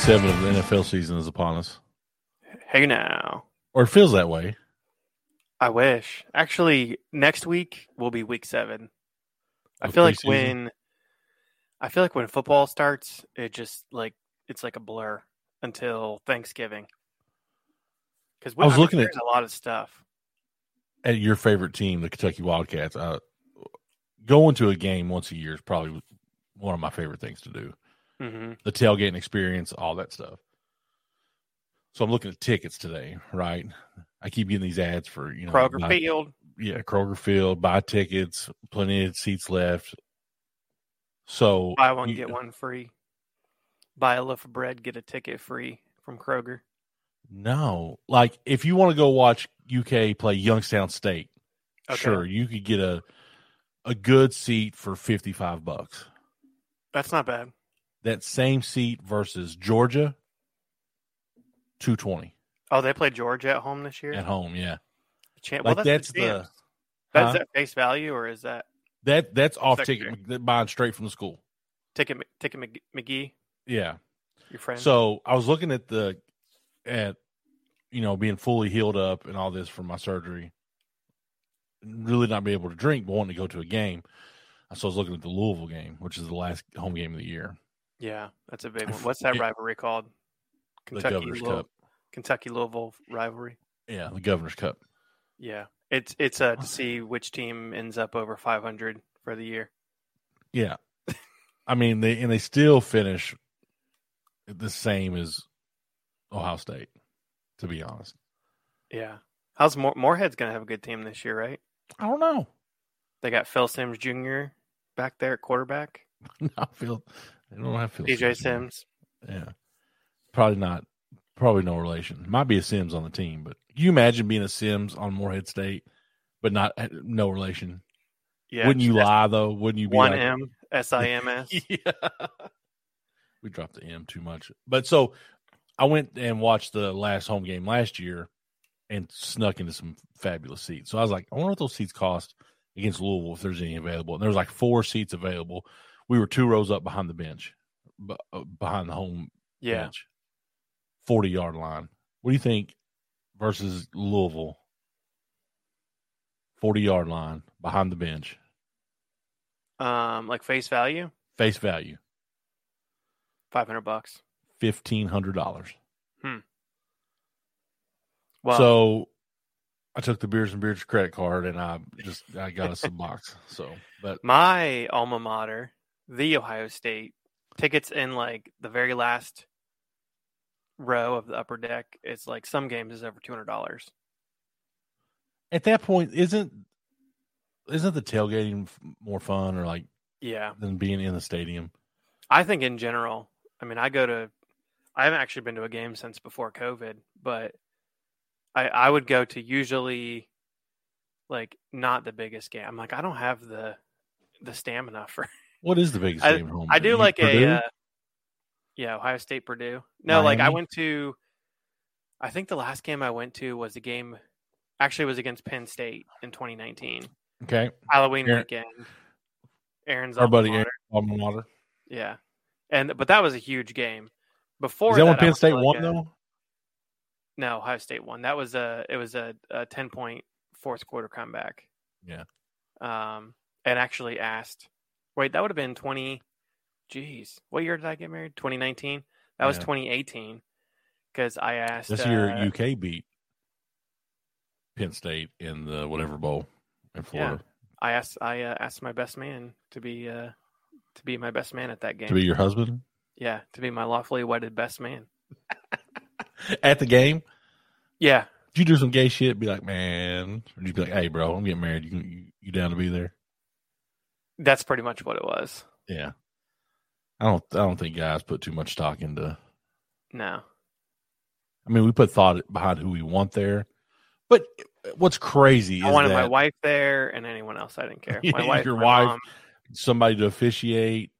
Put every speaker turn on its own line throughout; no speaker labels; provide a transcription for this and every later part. seven of the NFL season is upon us,
Hey now.
or it feels that way.
I wish. Actually, next week will be week seven. I
Of
feel like
preseason?
when I feel like when football starts, it just like it's like a blur until Thanksgiving. Because
I was looking at-
a lot of stuff.
At your favorite team, the Kentucky Wildcats, uh, going to a game once a year is probably one of my favorite things to do.
hmm
The tailgating experience, all that stuff. So I'm looking at tickets today, right? I keep getting these ads for you know
Kroger
buy-
Field.
yeah, Kroger Field, buy tickets, plenty of seats left. So
Buy one,
you-
get one free. Buy a loaf of bread, get a ticket free from Kroger.
No, like if you want to go watch UK play Youngstown State,
Okay.
sure you could get a a good seat for fifty five bucks.
That's not bad.
That same seat versus Georgia, two twenty
Oh, they played Georgia at home this year?
at home. Yeah,
Champ-
like that's the,
champs.
huh?
That's at face value, or is that
that that's off
Secondary.
ticket they're buying straight from the school.
Ticket Mc- Ticket Mc- McGee,
Yeah.
your friend?
So I was looking at the at you know being fully healed up and all this from my surgery, really not being able to drink, but wanting to go to a game. So I was looking at the Louisville game, which is the last home game of the year,
yeah, that's a big
If-
one. What's that
it-
rivalry called?
the
Kentucky
Governor's
Louis-
Cup.
Kentucky Louisville rivalry.
Yeah, the Governor's Cup.
Yeah, it's it's uh, to see which team ends up over 500 for the year.
Yeah, I mean they and they still finish the same as Ohio State. To be honest,
Yeah, how's More- Moorhead's gonna have a good team this year, right?
I don't know.
They got Phil Sims Jr. back there at quarterback,
I feel they don't have Phil
DJ
Sims anymore.
Sims.
Yeah. Probably not. Probably no relation. Might be a Sims on the team, but can you imagine being a Sims on Moorhead State, but not no relation.
Yeah,
Wouldn't you lie though? Wouldn't you be
One
like-
M S I M S.
Yeah. we dropped the M too much. But so I went and watched the last home game last year and snuck into some fabulous seats. So I was like, I wonder what those seats cost against Louisville if there's any available. And there was like four seats available. We were two rows up behind the bench, bu- uh, behind the home
Yeah,
bench, 40 yard line. What do you think versus Louisville? 40 yard line behind the bench,
um, like face value,
face value
500 bucks.
$1,500.
Well,
So I took the Beers and Beers credit card and I just I got us a box. So, but
my alma mater, the Ohio State, tickets in like the very last row of the upper deck. It's like some games is over two hundred dollars.
at that point, isn't isn't the tailgating f- more fun or like
Yeah,
than being in the stadium?
I think in general. I mean, I go to. I haven't actually been to a game since before COVID, but I I would go to usually like not the biggest game. I'm like I don't have the the stamina for.
What is the biggest game at home?
I do
You-
like
Purdue?
a uh, yeah, Ohio State Purdue. No, like I
Miami?
went to I think the last game I went to was a game actually it was against Penn State in 2019.
okay,
Halloween
Aaron-
weekend. Aaron's
our
alma
buddy
mater.
Aaron, alma mater.
Yeah. And but that was a huge game. Before
Is that when
I
Penn
went to,
State
like,
won
a-
though?
No, Ohio State won. That was a it was a, a 10 point fourth quarter comeback.
Yeah.
Um and actually asked wait, that would have been 20 Jeez. What year did I get married? 2019. That was
Yeah.
2018 cuz I asked
This year,
uh,
UK beat Penn State in the whatever bowl in Florida
I asked I uh, asked my best man to be uh to be my best man at that game.
to be your husband
yeah, to be my lawfully wedded best man.
at the game.
Yeah.
Did you do some gay shit? Be like, man, or did you be like, hey, bro, I'm getting married. You you, you down to be there?
That's pretty much what it was.
Yeah. I don't. I don't think guys put too much stock into.
No.
I mean, we put thought behind who we want there, but what's crazy
I
is
wanted
that
my wife there and anyone else. I didn't care. My
Yeah,
wife,
your
my
wife.
mom,
somebody to officiate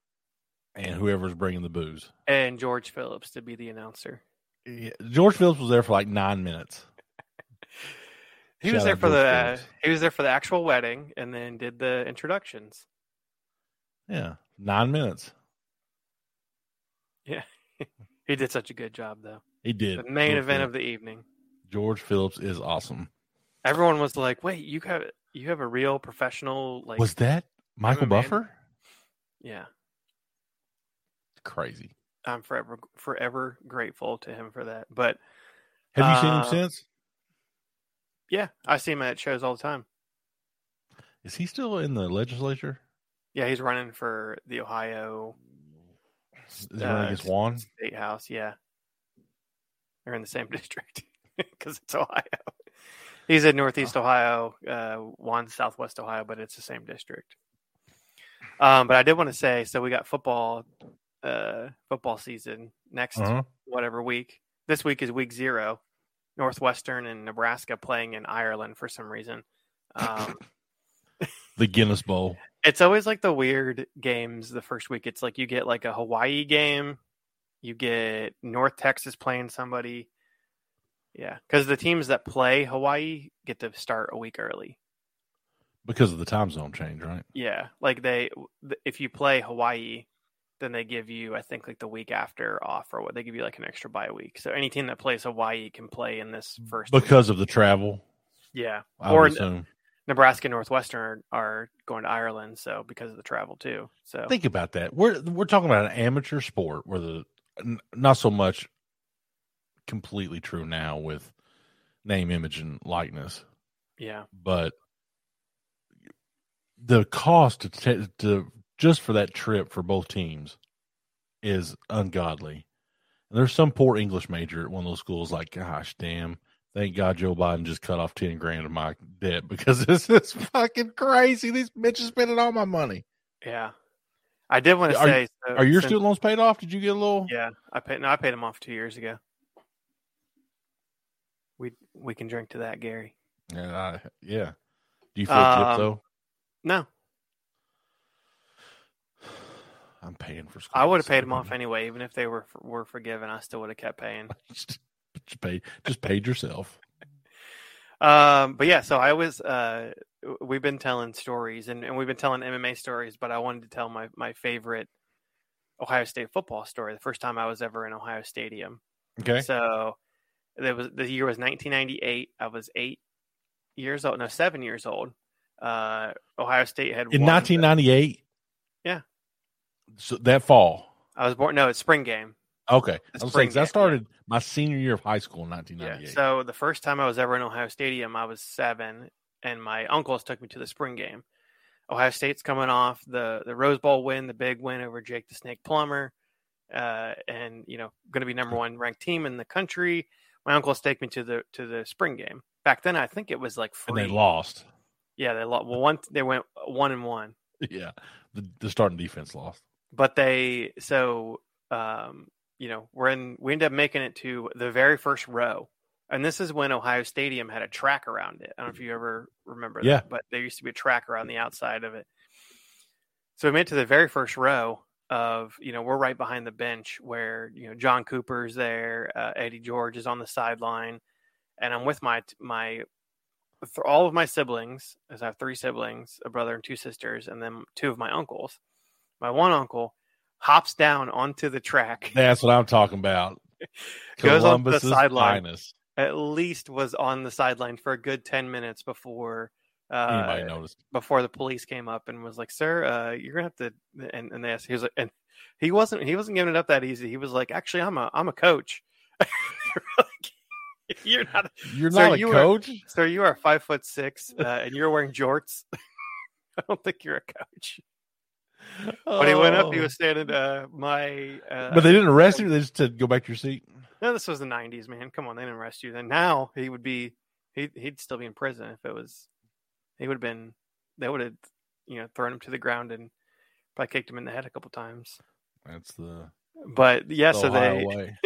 and whoever's bringing the booze.
and George Phillips to be the announcer.
Yeah, George Phillips was there for like nine minutes.
He
Shout
was there
out
for
George
the uh,
Phillips.
he was there for the actual wedding and then did the introductions.
Yeah, nine minutes.
He did such a good job, though.
He did.
The main
George
event
Phillips.
of the evening.
George Phillips is awesome.
Everyone was like, "Wait, you have you have a real professional like
Was that Michael
MMA man.
Buffer?
yeah."
Crazy.
I'm forever forever grateful to him for that. But
Have you seen him
Uh,
since?
yeah, I see him at shows all the time.
Is he still in the legislature?
Yeah, he's running for the Ohio
Is he running
uh,
against Juan?
State House. Yeah, they're in the same district because it's Ohio. He's in Northeast Ohio, uh, Juan's Southwest Ohio, but it's the same district. Um, but I did want to say, so we got football, uh, football season next
Uh-huh.
whatever week. This week is week zero. Northwestern and Nebraska playing in Ireland for some reason. Um,
The Guinness Bowl.
it's always like the weird games the first week. It's like you get like a Hawaii game, you get North Texas playing somebody. Yeah, because the teams that play Hawaii get to start a week early.
Because of the time zone change, right?
Yeah, like they, if you play Hawaii, then they give you, I think, like the week after off or what they give you like an extra bye week. So any team that plays Hawaii can play in this first. week.
Because of the travel,
yeah,
I
Or-
would assume.
Nebraska and Northwestern are, are going to Ireland, so because of the travel too. So
Think about that. We're we're talking about an amateur sport where the n- not so much completely true now with name, image, and likeness,
yeah,
but the cost to ta to just for that trip for both teams is ungodly. And there's some poor English major at one of those schools like, gosh, damn, thank God Joe Biden just cut off ten grand of my debt because this is fucking crazy. These bitches spending all my money.
yeah. I did want to
Are-
say, so
Are your
since-
student loans paid off? Did you get a little?
Yeah, I paid. No, I paid them off two years ago. We we can drink to that, Gary.
Yeah. I, yeah. Do you feel
Um,
gypped though?
No,
I'm paying for school.
I would have paid them off anyway, even if they were were forgiven. I still would have kept paying.
just, just paid. Just paid yourself.
Um, but yeah, so I was uh, we've been telling stories and, and we've been telling MMA stories, but I wanted to tell my my favorite Ohio State football story. The first time I was ever in Ohio Stadium.
Okay.
So there was the year was 1998. I was eight years old, no, seven years old. Uh, Ohio State had
In
won the-
1998.
Yeah.
So that fall.
I was born. No, it's spring game.
Okay.
It's
I was saying
spring
'cause I
game, yeah.
started my senior year of high school in
Yeah.
1998.
So the first time I was ever in Ohio Stadium, I was seven, and my uncles took me to the spring game. Ohio State's coming off the the Rose Bowl win, the big win over Jake the Snake Plummer, uh, and you know going to be number one ranked team in the country. My uncles take me to the to the spring game. Back then, I think it was like
and
free.
they lost.
Yeah, they lost. Well, one they went one and one,
Yeah. The, the starting defense lost.
but they so um, you know we're in we end up making it to the very first row and this is when ohio stadium had a track around it i don't know if you ever remember
Yeah.
that but there used to be a track around the outside of it so we made it to the very first row of you know we're right behind the bench where you know john cooper's there uh, eddie george is on the sideline and i'm with my my th- all of my siblings as i have three siblings a brother and two sisters and then two of my uncles my one uncle hops down onto the track
That's what I'm talking about.
Goes on the
Columbus's
sideline.
finest.
at least was on the sideline for a good 10 minutes before
Anybody
uh,
noticed?
before the police came up and was like sir uh, you're gonna have to and, and they asked he was like and he wasn't he wasn't giving it up that easy he was like actually i'm a i'm a coach you're not
You're
Sir,
not a
you were-
coach.
sir you are five foot six uh, and you're wearing jorts i don't think you're a coach when he went up he
Oh.
was standing uh my uh,
But they didn't arrest him. They just said, "Go back to your seat."
No, this was the '90s, man. Come on, they didn't arrest you. Then now he would be, he he'd still be in prison if it was. He would have been. They would have, you know, thrown him to the ground and probably kicked him in the head a couple times.
That's the
But yeah, so
Ohio
they.
way.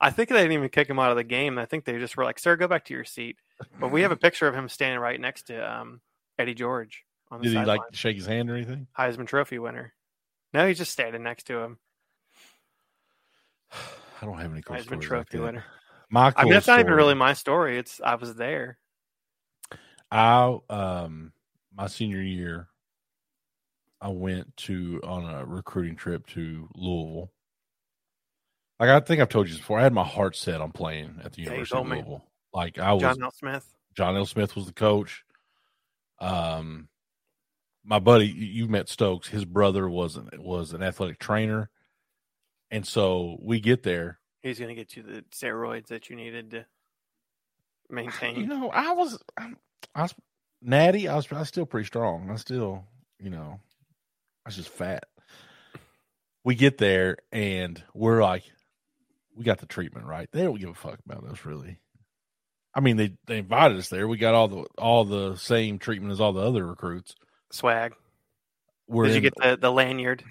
I think they didn't even kick him out of the game. I think they just were like, "Sir, go back to your seat." But we have a picture of him standing right next to um, Eddie George on the
Did he
sideline,
like shake his hand or anything?
Heisman Trophy winner. No, he's just standing next to him,
I don't have any cool
Heisman
stories
Trophy
like that.
winner.
My
I mean,
cool
that's not even
story-
really my story. It's I was there.
I um my senior year, I went to on a recruiting trip to Louisville. Like I think I've told you this before, I had my heart set on playing at the
Yeah, you
University
told
of
me.
Louisville. Like I was
John L. Smith.
John L. Smith was the coach. Um, my buddy, you you met Stokes. His brother was an, was an athletic trainer, and so we get there.
He's going to get you the steroids that you needed to
You
maintain.
know, I was, I'm- I was natty. I was, I was still pretty strong. I still, you know, I was just fat. We get there and we're like, we got the treatment right. They don't give a fuck about us, really. I mean, they they invited us there. We got all the all the same treatment as all the other recruits.
Swag.
We're
Did you
in-
get the, the lanyard?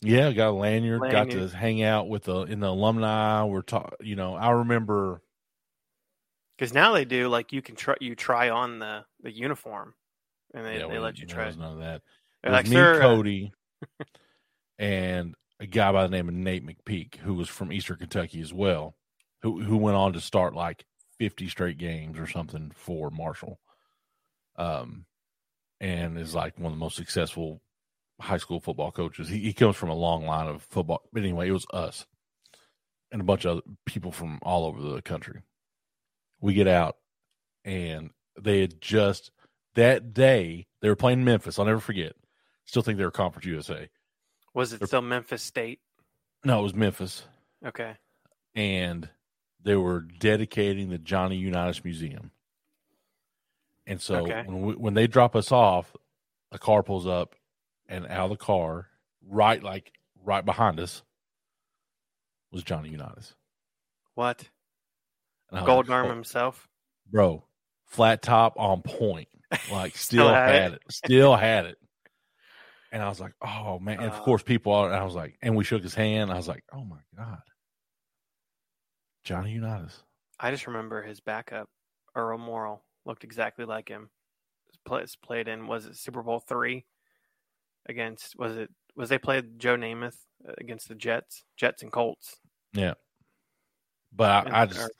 Yeah, got a lanyard, got
Lanyard.
to hang out with the in the alumni. We're talking, you know, I remember
Because now they do like you can try you try on the the uniform, and they,
yeah,
they
we
let
didn't- there
you try.
was
it.
none of that. It
They're
was
like,
me,
sir, uh,
Cody, and a guy by the name of Nate McPeak, who was from Eastern Kentucky as well, who who went on to start like fifty straight games or something for Marshall, um, and is like one of the most successful high school football coaches. He, he comes from a long line of football, but anyway, it was us and a bunch of other people from all over the country. We get out, and they had just that day they were playing Memphis. I'll never forget. Still think they were Conference USA.
was it still Memphis State?
No, it was Memphis,
Okay,
and they were dedicating the Johnny Unitas Museum. And so
Okay.
when we, when they drop us off, a car pulls up, and out of the car, right like right behind us, was Johnny Unitas.
what
And I was
Gold
like, "Oh,
Arm himself?
bro, flat top on point. Like still,
Still had
had, it. Still had it. And I was like, oh man. And of
Uh.
course people are, and I was like, and we shook his hand. I was like, oh my God. Johnny Unitas.
I just remember his backup, Earl Morrill, looked exactly like him. His pla- his Played in was it Super Bowl three against was it was they played Joe Namath uh, against the Jets, Jets and Colts.
But
And-
I, I just
or-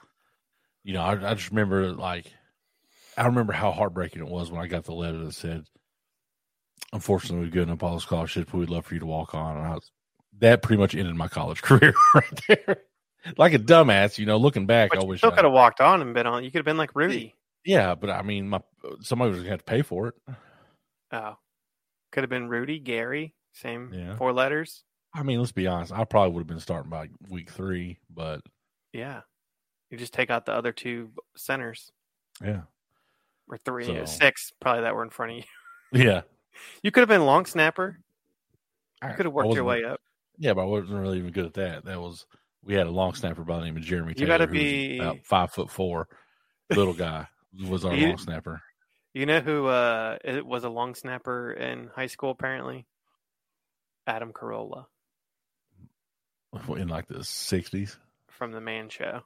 you know, I, I just remember like I remember how heartbreaking it was when I got the letter that said, Unfortunately we've given up all the scholarships, but we'd love for you to walk on. And I was that pretty much ended my college career right there. Like a dumbass, you know, looking back,
But
I
you
wish
still
I-
could have walked on and been on. You could have been like Rudy.
Yeah, but I mean, my somebody was gonna have to pay for it.
Oh, could have been Rudy, Gary, same
Yeah.
four letters.
I mean, let's be honest. I probably would have been starting by week three, but
Yeah, you just take out the other two centers
yeah,
or three,
So-
uh, six probably that were in front of you.
yeah.
You could have been long snapper. You could have
I
worked your
wasn't-
way up.
Yeah, but I wasn't really even good at that. That was we had a long snapper by the name of Jeremy.
You
Taylor,
gotta
who was
be-
about five foot four, little guy was our
You-
long snapper.
You know who uh it was a long snapper in high school apparently? Adam Carolla
In like the sixties,
from the Man Show.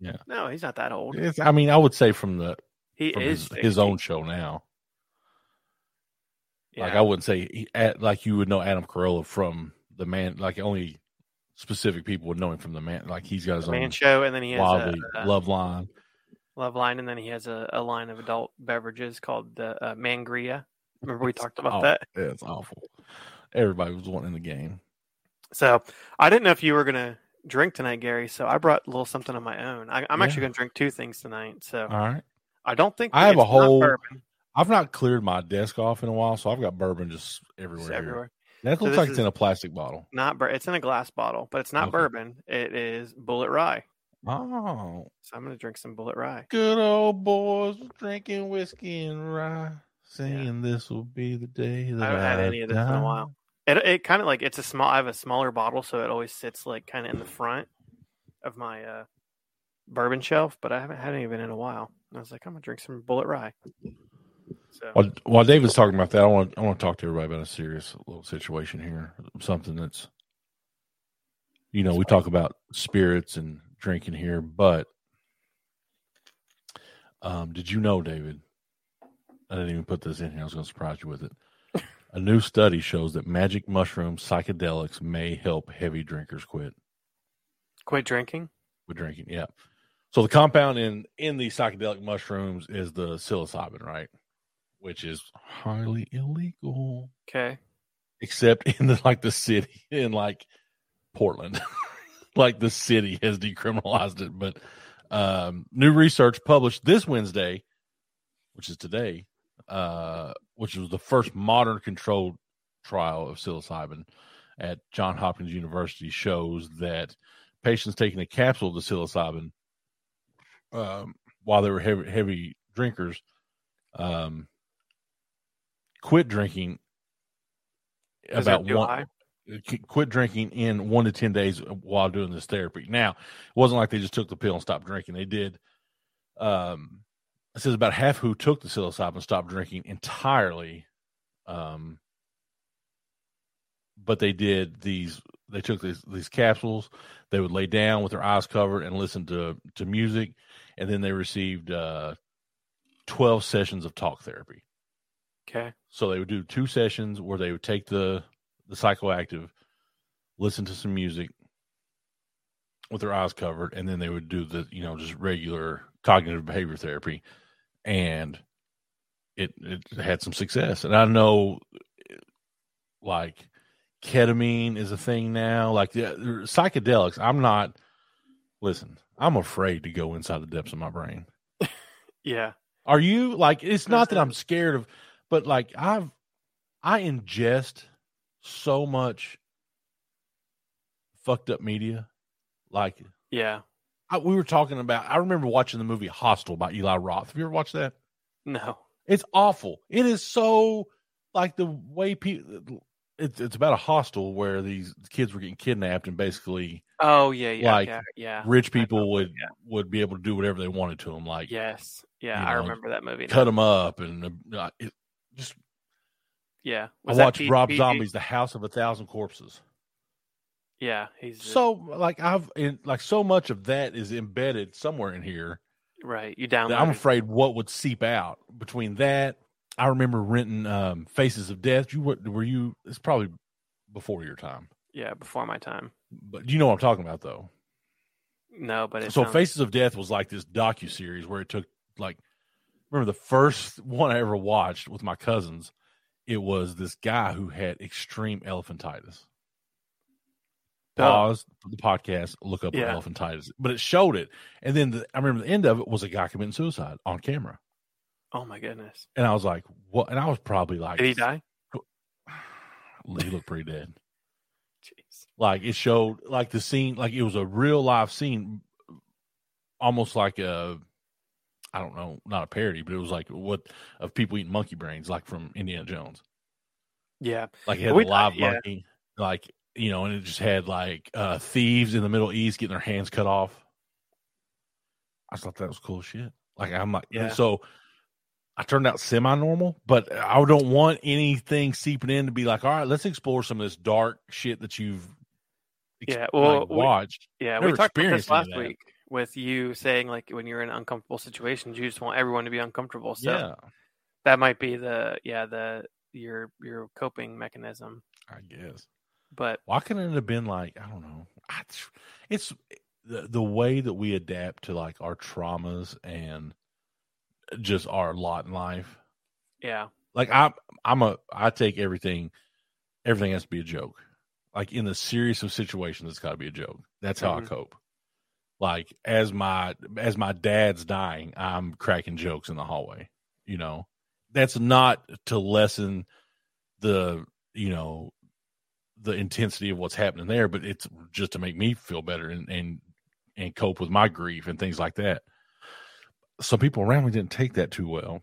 Yeah.
No, he's not that old.
I mean, I would say from the
He
from
is
his, his
60.
own show now. Like
Yeah.
I wouldn't say he, at, like you would know Adam Carolla from the man. Like only specific people would know him from the man. Like he's got his
The
own
Man Show and then he has
wildly
a, a
love line.
love line and then he has a, a line of adult beverages called the uh, Mangria. Remember we talked about
Oh.
that?
Yeah, it's awful. Everybody was wanting the game.
So I didn't know if you were gonna drink tonight, Gary, so I brought a little something of my own. I, I'm actually gonna drink two things tonight. So
All right.
I don't think
Uh, I have a
it's not
whole
bourbon.
I've not cleared my desk off in a while, so I've got bourbon just everywhere.
It's
here.
everywhere.
That
So
looks
this
like it's
is-
in a plastic bottle.
Not bur- it's in a glass bottle, but it's not
Okay.
bourbon. It is bullet rye.
Oh,
So I'm gonna drink some bullet rye.
good old boys drinking whiskey and rye, saying this will be the day that
I haven't had any of this in
die."
a while. It it kind of like it's a small. I have a smaller bottle, so it always sits like kind of in the front of my uh, bourbon shelf. But I haven't had any of it in a while. And I was like, I'm gonna drink some bullet rye. So
While, while David's talking about that, I want I want to talk to everybody about a serious little situation here. Something that's, you know, we talk about spirits and drinking here, but um, did you know, David? I didn't even put this in here. I was going to surprise you with it. A new study shows that magic mushroom psychedelics may help heavy drinkers quit
quit drinking.
with drinking. Yeah. So the compound in in these psychedelic mushrooms is the psilocybin, right? Which is highly illegal,
Okay,
except in the, like the city in like Portland. like the city has decriminalized it. But um, new research published this Wednesday, which is today, uh, which was the first modern controlled trial of psilocybin at John Hopkins University, shows that patients taking a capsule of the psilocybin um, while they were heavy, heavy drinkers um, quit drinking
Is
about
it too
one
high?
qu- quit drinking in one to 10 days while doing this therapy. Now, it wasn't like they just took the pill and stopped drinking. They did. Um, it says about half who took the psilocybin stopped drinking entirely. Um, but they did these, they took these, these capsules. They would lay down with their eyes covered and listen to, to music. And then they received uh, 12 sessions of talk therapy.
Okay.
So they would do two sessions where they would take the the psychoactive, listen to some music with their eyes covered, and then they would do the you know just regular cognitive behavior therapy, and it it had some success. And I know like ketamine is a thing now, like the psychedelics. I'm not listen. I'm afraid to go inside the depths of my brain.
Yeah.
Are you like it's not that
Mhm.
I'm scared of but like I've I ingest so much fucked up media. Like
Yeah.
I, we were talking about I remember watching the movie Hostel by Eli Roth. Have you ever watched that?
No.
It's awful. It is so like the way people it's it's about a hostel where these kids were getting kidnapped and basically
Oh yeah. Yeah.
Like,
okay, Yeah.
rich
I know,
people would
yeah.
would be able to do whatever they wanted to them like
Yes. Yeah.
you
I
know,
remember that movie. now.
cut them up and uh, it, just
Yeah.
I
that
watched
P-
Rob
PG?
Zombie's The House of a Thousand Corpses.
Yeah. He's the-
So like I've in, like so much of that is embedded somewhere in here
right. You
that I'm
downloaded.
afraid what would seep out between that. I remember renting um, Faces of Death. You were, were you? It's probably before your time,
yeah. Before my time.
but you know what I'm talking about though.
No, but it
so
sounds-
Faces of Death was like this docu series where it took like remember the first one I ever watched with my cousins. It was this guy who had extreme elephantitis.
Oh,
pause the podcast, look up
Yeah.
elephantitis, but it showed it. And then the, I remember the end of it was a guy committing suicide on camera,
oh my goodness.
and I was like, "What?" And I was probably like,
Did he die?
He looked pretty dead.
Jeez.
Like it showed, like the scene, like it was a real life scene, almost like a, I don't know, not a parody, but it was like what of people eating monkey brains, like from Indiana Jones.
Yeah.
like it had
We-
a live
yeah.
monkey, like you know, and it just had like uh thieves in the Middle East getting their hands cut off. I thought that was cool shit. Like I'm like, and
Yeah.
so I turned out semi-normal, but I don't want anything seeping in to be like, all right, let's explore some of this dark shit that you've ex-
Yeah, well,
like,
we-
watched.
Yeah.
Never
we talked about
experienced
this
any
last
of that.
week with you saying like when you're in uncomfortable situations, you just want everyone to be uncomfortable. So
yeah,
that might be the yeah the your your coping mechanism.
I guess.
But
Why couldn't it have been like I don't know? I- It's the the way that we adapt to like our traumas and just our lot in life.
yeah,
Like I'm I'm a I take everything everything has to be a joke. Like in the serious of situations, it's got to be a joke. That's how
Mhm.
I cope. Like as my as my dad's dying, I'm cracking jokes in the hallway. You know, that's not to lessen the you know the intensity of what's happening there, but it's just to make me feel better and and and cope with my grief and things like that. Some people around me didn't take that too well.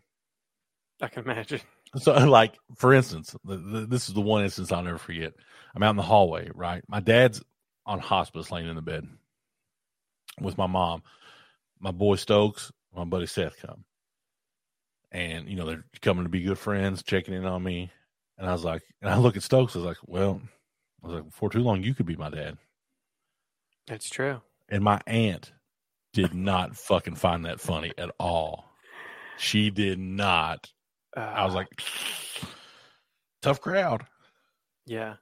I can imagine.
So, like for instance, the, the, this is the one instance I'll never forget. I'm out in the hallway, right? My dad's on hospice, laying in the bed with my mom. My boy Stokes, my buddy Seth come, and you know they're coming to be good friends, checking in on me. And I was like, and I look at Stokes, I was like, well, I was like, for too long you could be my dad.
That's true.
And my aunt did not fucking find that funny at all. She did not.
Uh,
I was like, tough crowd.
yeah.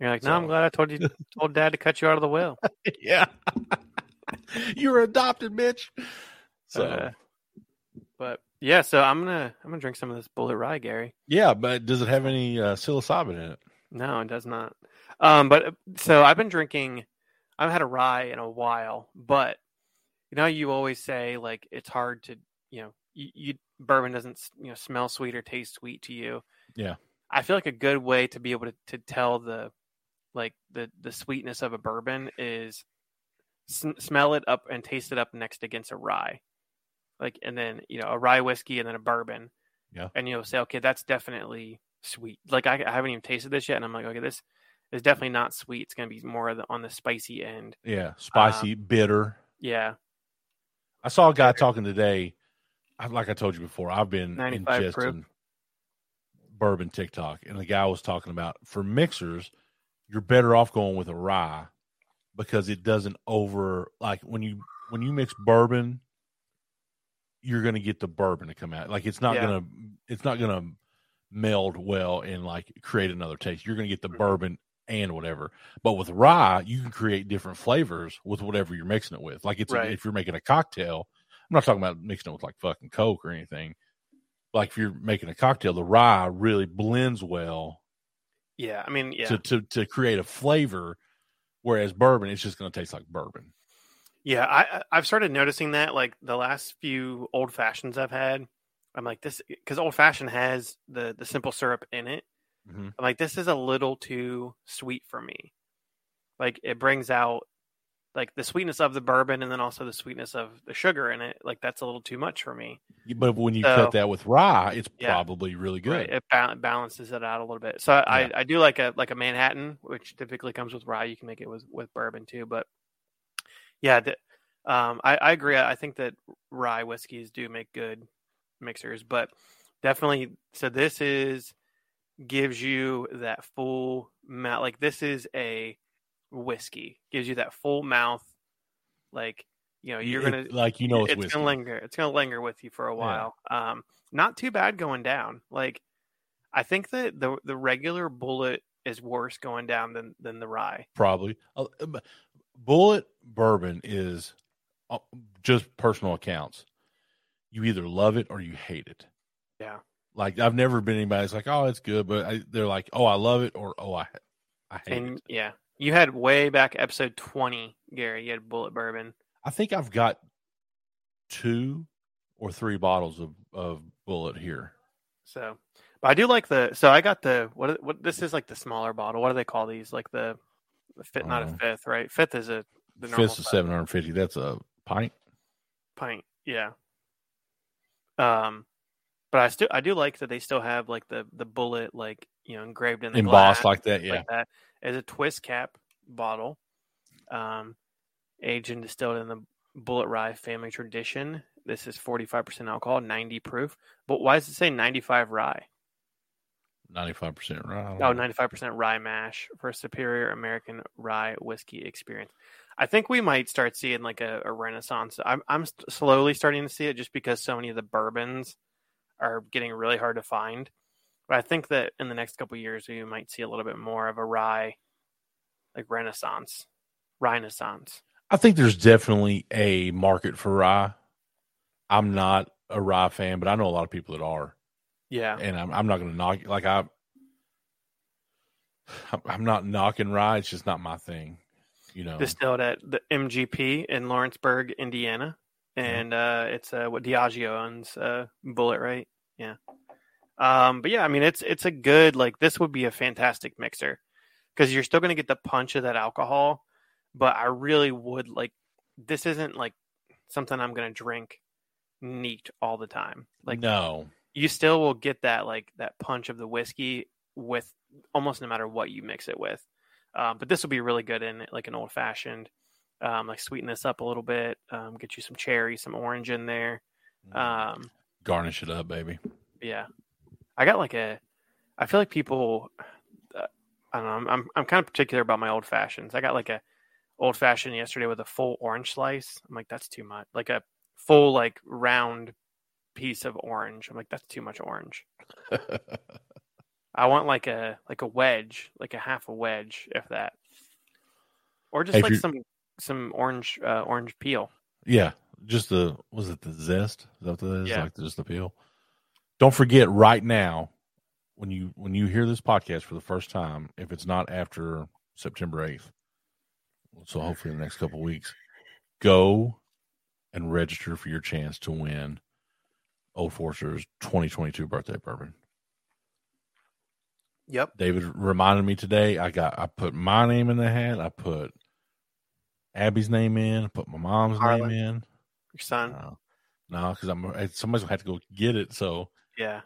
You're like, no, I'm
So-
glad I told you told Dad to cut you out of the will.
yeah. You're adopted, bitch. So
Uh, but yeah, so I'm gonna I'm gonna drink some of this bullet rye, Gary.
yeah, but does it have any uh, psilocybin in it?
No, it does not. Um, but uh, so I've been drinking I haven't had a rye in a while, but you know, you always say like it's hard to, you know, you, you bourbon doesn't you know smell sweet or taste sweet to you.
Yeah.
I feel like a good way to be able to, to tell the like the the sweetness of a bourbon is sm- smell it up and taste it up next against a rye, like and then you know a rye whiskey and then a bourbon.
Yeah.
And you'll say, okay, that's definitely sweet. Like I, I haven't even tasted this yet, and I'm like, okay, this is definitely not sweet. It's gonna be more of the, on the spicy end.
Yeah, spicy, bitter.
Yeah,
I saw a guy talking today. I, like I told you before, I've been
95
ingesting
proof.
bourbon TikTok, and the guy was talking about for mixers, you're better off going with a rye because it doesn't over like when you when you mix bourbon, you're gonna get the bourbon to come out. Like it's not
Yeah.
gonna it's not gonna meld well and like create another taste. You're gonna get the
Mhm.
bourbon and whatever. But with rye, you can create different flavors with whatever you're mixing it with. Like it's
Right.
if you're making a cocktail, I'm not talking about mixing it with like fucking Coke or anything. Like if you're making a cocktail, the rye really blends well
yeah. I mean, yeah,
to, to to create a flavor. Whereas bourbon, it's just going to taste like bourbon.
yeah. I I- I've started noticing that like the last few old fashions I've had, I'm like this because old fashioned has the the simple syrup in it. I'm like, this is a little too sweet for me. Like it brings out like the sweetness of the bourbon and then also the sweetness of the sugar in it. Like that's a little too much for me.
But when you
So-
cut that with rye, it's
Yeah.
probably really good.
Right. It ba- balances it out a little bit. So I, I, I do like a like a Manhattan, which typically comes with rye. You can make it with with bourbon too, but yeah, the, um, I, I agree. I think that rye whiskeys do make good mixers, but definitely. So this is gives you that full mouth. Like this is a whiskey gives you that full mouth. Like you know you're
It-
gonna
like you know it's,
it's
whiskey.
gonna linger. It's gonna linger with you for a while. Um, not too bad going down. Like, I think that the the regular bullet is worse going down than than the rye.
probably. Uh, b- Bullet bourbon is uh, just personal accounts. You either love it or you hate it.
Yeah.
Like I've never been anybody that's like, oh, it's good, but I, they're like, oh, I love it or oh, I, I hate
And
it.
yeah, you had way back episode twenty, Gary. You had bullet bourbon.
I think I've got two or three bottles of of Bullet here.
So, but I do like the. So I got the what? are- What this is like the smaller bottle. What do they call these? Like the, the fit, not a
Uh-huh.
fifth, right? Fifth is a the normal
Fist of
size.
seven hundred fifty. That's a pint.
pint. Yeah. Um, but I still I do like that they still have like the the bullet like you know engraved in the
Embossed
glass,
like that, yeah.
like that as a twist cap bottle, um, aged and distilled in the Bullet Rye family tradition. This is forty five percent alcohol, ninety proof. But why does it say ninety five rye?
Ninety five percent right.
Oh, 95% rye mash for a superior American rye whiskey experience. I think we might start seeing like a, a renaissance. I'm, I'm s- slowly starting to see it just because so many of the bourbons are getting really hard to find. But I think that in the next couple of years, we might see a little bit more of a rye, like renaissance, renaissance.
I think there's definitely a market for rye. I'm not a rye fan, but I know a lot of people that are,
Yeah.
and I'm, I'm not going to knock. Like I, I'm- I'm not knocking rye. It's just not my thing. You know,
Distilled at the MGP in Lawrenceburg, Indiana, and uh, it's uh, what Diageo owns, uh, Bullet, right? Yeah. Um, but yeah, I mean, it's it's a good like this would be a fantastic mixer because you're still going to get the punch of that alcohol, but I really would like this isn't like something I'm going to drink neat all the time. Like
no,
you still will get that like that punch of the whiskey with almost no matter what you mix it with. Um, but this will be really good in like an old fashioned, um, like sweeten this up a little bit, um, get you some cherry, some orange in there.
Mm.
Um,
garnish it up, baby.
yeah, I got like a. I feel like people. Uh, I don't know. I'm, I'm I'm kind of particular about my old fashions. I got like a old fashioned yesterday with a full orange slice. I'm like that's too much. Like a full like round piece of orange. I'm like that's too much orange. I want like a like a wedge, like a half a wedge, if that, or just
If
like
you're-
some some orange uh, orange peel.
yeah, just the was it the zest? Is that what that is?
Yeah.
Like just the peel. Don't forget right now when you when you hear this podcast for the first time, if it's not after September eighth, so hopefully in the next couple weeks, go and register for your chance to win Old Forster's 2022 birthday bourbon.
Yep.
David reminded me today. I got I put my name in the hat. I put Abby's name in. I put my mom's
Harlan.
name in.
Your son.
No, no, because I'm somebody's gonna have to go get it. So
Yeah.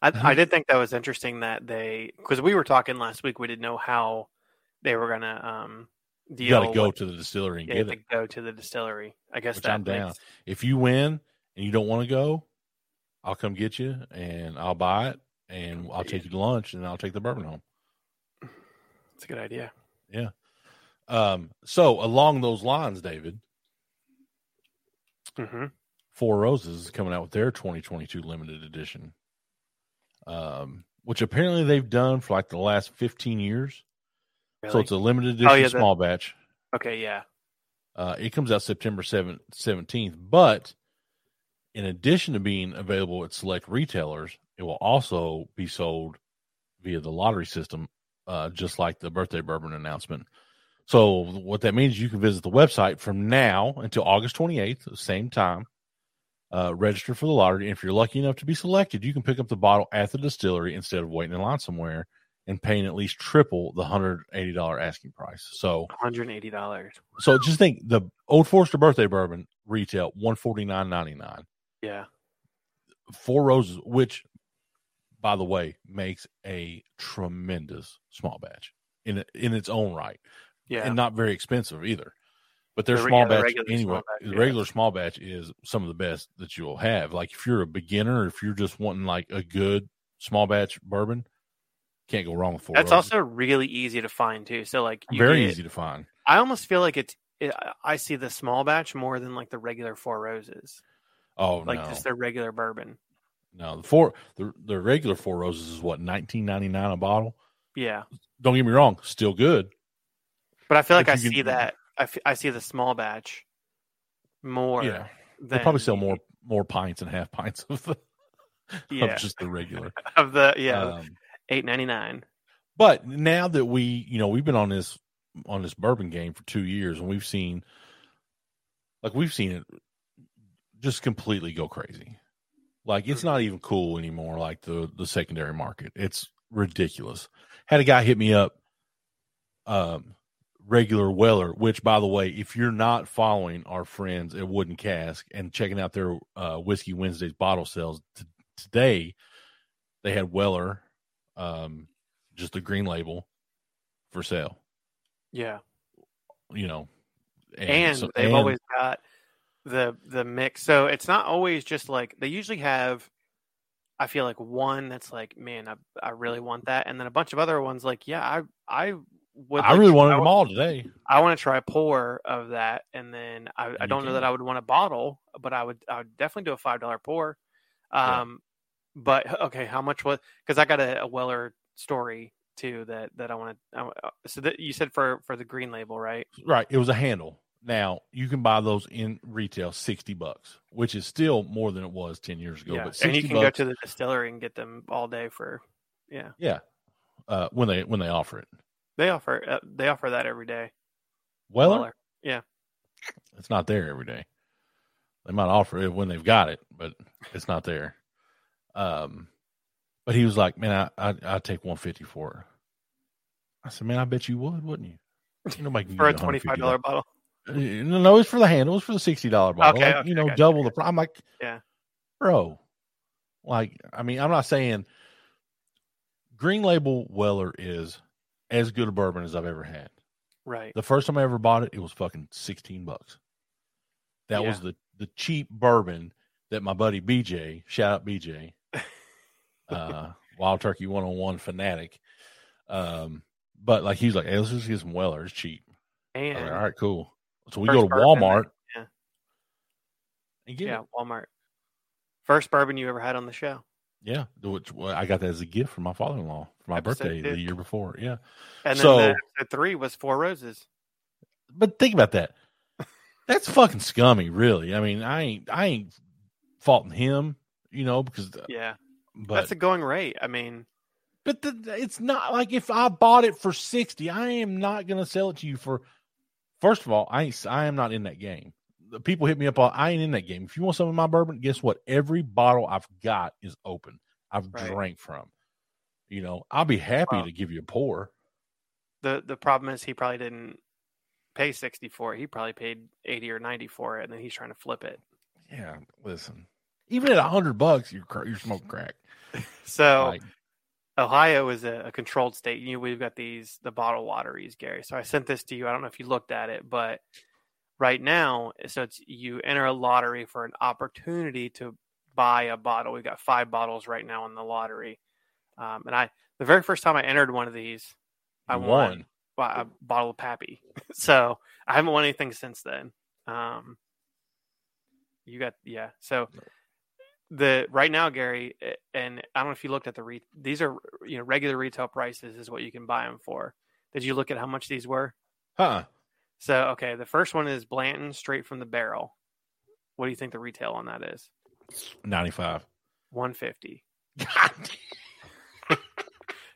I,
Uh-huh.
I did think that was interesting that they because we were talking last week we didn't know how they were gonna um
you
deal
got to go
with-
to the distillery and
yeah, you
get
have
it.
to go to the distillery. I guess
Which
that
I'm down.
makes-
If you win and you don't want to go, I'll come get you and I'll buy it and I'll take you to lunch and I'll take the bourbon home.
it's a good idea.
Um, so along those lines, David,
hmm
Four Roses is coming out with their 2022 limited edition, um, which apparently they've done for like the last 15 years. So
Really? Oh,
it's a limited edition
yeah, that-
small batch.
okay, yeah.
Uh, it comes out September 7th, 17th, but in addition to being available at select retailers, it will also be sold via the lottery system, uh, just like the birthday bourbon announcement. So, what that means, you can visit the website from now until August 28th, the same time, uh, register for the lottery. And if you're lucky enough to be selected, you can pick up the bottle at the distillery instead of waiting in line somewhere and paying at least triple the $180 asking price. So,
$180.
so just think the Old Forester birthday bourbon retail one forty nine ninety nine.
Yeah.
Four roses, which by the way makes a tremendous small batch in in its own right,
Yeah.
and not very expensive either. But their
The re-
small
yeah, the
batch
regular small
anyway,
batch,
the
yeah.
regular small batch is some of the best that you'll have. Like if you're a beginner, if you're just wanting like a good small batch bourbon, can't go wrong with four.
That's
Roses.
also really easy to find too. So like you
very
get-
easy to find.
I almost feel like it's it, I- I see the small batch more than like the regular Four Roses,
Oh
like
no.
just their regular bourbon.
No, the four the the regular four roses is what nineteen ninety nine a bottle.
Yeah,
Don't get me wrong, still good.
but I feel like
But
I
you can-
see that I, f- I see the small batch more.
Yeah. They
than
probably sell
the-
more more pints and half pints of the
Yeah,
of just the regular.
of the yeah
Um,
eight ninety nine.
but now that we you know we've been on this on this bourbon game for two years and we've seen like we've seen it just completely go crazy. Like it's not even cool anymore. Like the the secondary market, it's ridiculous. Had a guy hit me up, um, regular Weller. Which, by the way, if you're not following our friends at Wooden Cask and checking out their uh, Whiskey Wednesdays bottle sales t- today, they had Weller, um, just the green label for sale.
Yeah,
You know,
and, they've always got the the mix. So it's not always just like they usually have. I feel like one that's like, man, I, I really want that, and then a bunch of other ones like, yeah, I I would.
I
like-
really wanted
I
them
would-
all today.
I want to try a pour of that, and then I, I
you
don't know that
can.
I would want a bottle, but I would I would definitely do a five dollar pour.
Yeah.
Um, but okay, how much was? Because I got a, a Weller story too that that I want to. So that you said for for the green label, right?
Right. It was a handle. Now you can buy those in retail sixty bucks, which is still more than it was ten years ago. But sixty
and you can
bucks
go to the distillery and get them all day for.
uh, when they when they offer it.
They offer uh, they offer that every day.
Weller,
Weller. Yeah.
it's not there every day. They might offer it when they've got it, but it's not there. Um, but he was like, "Man, I I I'd take one fifty for it." I said, "Man, I bet you would, wouldn't you?" Ain't Nobody can
for a
give you
twenty five dollar bottle.
Uh, No, no, it's for the handle. It's for the sixty dollar bottle.
Okay,
Like,
okay,
you know,
gotcha,
double the. Pri- I'm like,
Yeah.
bro. Like, I mean, I'm not saying Green Label Weller is as good a bourbon as I've ever had.
Right.
The first time I ever bought it, it was fucking sixteen bucks. That was the the cheap bourbon that my buddy BJ, shout out BJ, uh, Wild Turkey One on One fanatic. Um, but like he's like, hey, let's just get some Weller. It's cheap. I was
And
like, all right, cool. So we
First
go to
bourbon,
Walmart.
yeah.
And get
yeah,
it.
Walmart. First bourbon you ever had on the show.
Yeah. the- Which well, I got that as a gift from my father in law for my
Episode
birthday the
two.
year before. Yeah.
And then
So-
the episode three was Four Roses.
But think about that. That's fucking scummy, really. I mean, I ain't I ain't faulting him, you know, because
Yeah.
but
That's a going rate. I mean,
but the, it's not like if I bought it for sixty, I am not gonna sell it to you for First of all, I ain't, I am not in that game. The people hit me up on I ain't in that game. If you want some of my bourbon, guess what? Every bottle I've got is open. I've
Right.
drank from. You know, I'll be happy
Wow.
to give you a pour.
the the problem is he probably didn't pay 64 he probably paid 80 or 90 for it and then he's trying to flip it
Yeah, listen. Even at a hundred bucks, you're cr- you're smoking crack.
so
Like,
ohio is a, a controlled state you know we've got these the bottle wateries gary so i sent this to you i don't know if you looked at it but right now so it's you enter a lottery for an opportunity to buy a bottle we've got five bottles right now in the lottery um, and i the very first time i entered one of these i
you
won bu- a bottle of Pappy. So I haven't won anything since then. Um, you got yeah. So the right now, Gary, eh, and I don't know if you looked at the re- these are you know regular retail prices is what you can buy them for. Did you look at how much these were?
Huh.
So okay, the first one is Blanton straight from the barrel. What do you think the retail on that is?
Ninety five.
One fifty.
God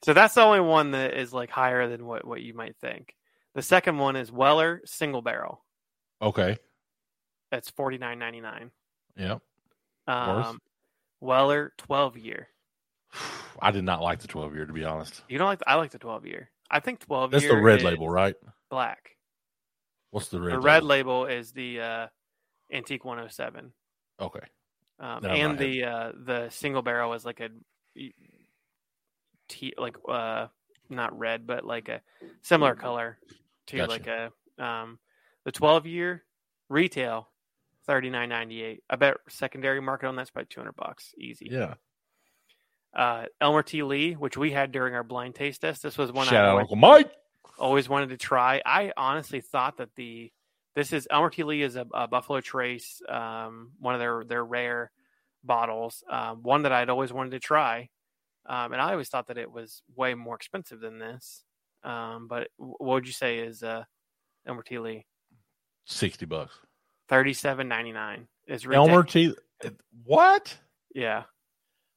So that's the only one that is like higher than what what you might think. The second one is Weller single barrel.
Okay.
That's forty nine ninety nine.
Yep. Worth?
Um, Weller, twelve year.
I did not like the twelve year to be honest.
You don't like? I like the twelve year. I think twelve.
That's the
year
red
is
label, right?
Black.
What's the red?
the red label is the uh, antique one hundred seven,
Okay.
um,
No, I
and
have-
the uh, the single barrel is like a tea, like uh, not red, but like a similar color to
Gotcha.
like a um, the twelve year retail. Thirty nine ninety eight. I bet secondary market on that's probably two hundred bucks, easy.
Yeah.
uh, Elmer T. Lee, which we had during our blind taste test. This was one
Shout
I
out
always,
Uncle Mike.
always wanted to try. I honestly thought that the this is Elmer T. Lee is a, a Buffalo Trace, um, one of their their rare bottles, um, one that I'd always wanted to try, um, and I always thought that it was way more expensive than this. Um, but wh- what would you say is uh, Elmer T. Lee
Sixty bucks.
thirty seven ninety nine is retail.
Elmer T. What?
Yeah,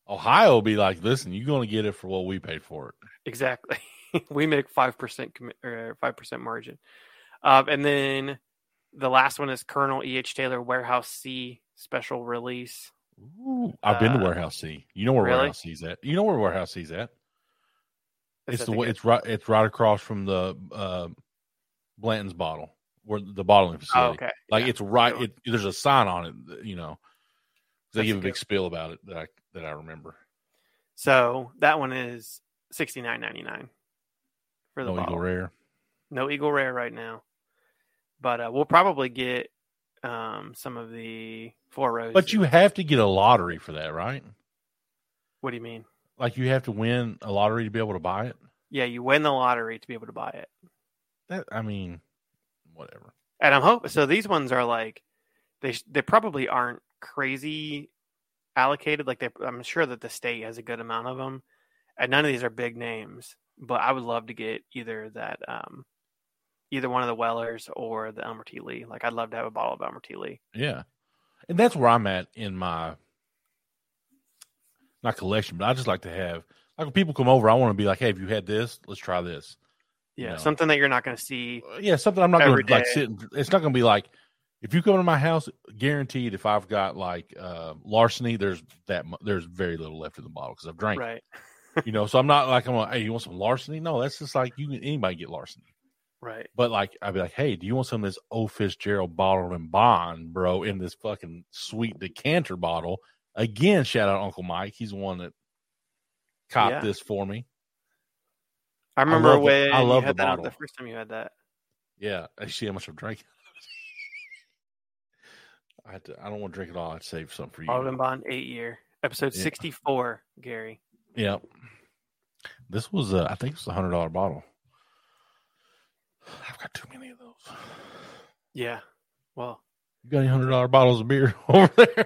Ohio be like, listen, you're going to get it for what we paid for it.
Exactly. we make 5% commi- or 5% margin. Um, and then the last one is Colonel E.H. Taylor Warehouse C special release.
Ooh, I've been to
Uh,
Warehouse C. You know where
really?
Warehouse C's at. You know where Warehouse C's at.
Is
It's
that
the
the
way
good-
it's right. It's right across from the uh, Blanton's bottle, where the bottling
Oh,
facility.
okay.
Like
Yeah.
it's right.
Good
It, there's a sign on it. that, You know, they
That's
give
a
a big
good-
spiel about it that I, that I remember.
So that one is sixty nine ninety nine for the
No
bottle.
Eagle Rare.
No Eagle Rare right now. But uh, we'll probably get um, some of the four rows.
But you have to get a lottery for that, right?
what do you mean?
Like you have to win a lottery to be able to buy it.
Yeah, you win the lottery to be able to buy it.
That I mean, whatever.
and I'm hoping so. These ones are like they sh- they probably aren't crazy allocated. Like they, I'm sure that the state has a good amount of them, and none of these are big names. But I would love to get either that, um, either one of the Wellers or the Elmer T. Lee. Like I'd love to have a bottle of Elmer T. Lee.
Yeah. And that's where I'm at in my not collection, but I just like to have like when people come over, I want to be like, hey, have you had this? Let's try this.
Yeah,
No.
something that you're not going to see.
Uh, Yeah, something I'm not gonna
Every
like
day.
sit and it's not gonna be like if you come to my house, guaranteed if I've got like uh larceny, there's that mu- there's very little left in the bottle because I've drank. it,
Right,
You know, so I'm not like I'm like, hey, you want some larceny? No, that's just like you can anybody get larceny.
right.
But like I'd be like, hey, do you want some of this old Fitzgerald bottled and bond, bro, in this fucking sweet decanter bottle? Again, shout out Uncle Mike. He's the one that copped
Yeah.
this for me.
I remember
love the-
when
I love
you
the
had that
bottle.
the first time you had that.
Yeah, I see how much I'm drinking. I had to, I don't want to drink it all. I'd save some for you.
Bottled and Bond eight year episode
Yeah.
sixty four. Gary,
yeah. This was uh, I think it's a hundred dollar bottle. I've got too many of those.
yeah. Well,
You got any hundred dollar bottles of beer over there?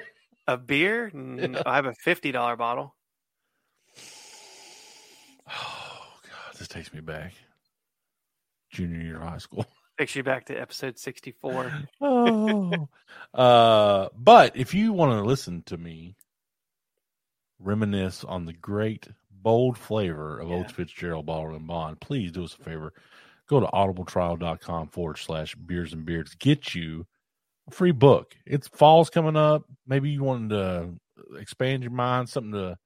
a beer. N-
Yeah.
I have a fifty dollar bottle.
Oh God, this takes me back. Junior year of high school.
takes you back to episode 64
Oh. uh, but if you want to listen to me reminisce on the great bold flavor of
Yeah.
Old Fitzgerald Ballroom Bond, please do us a favor. go to audibletrial.com forward slash beers and beards. Get you a free book. It's fall's coming up. Maybe you wanted to expand your mind, something to,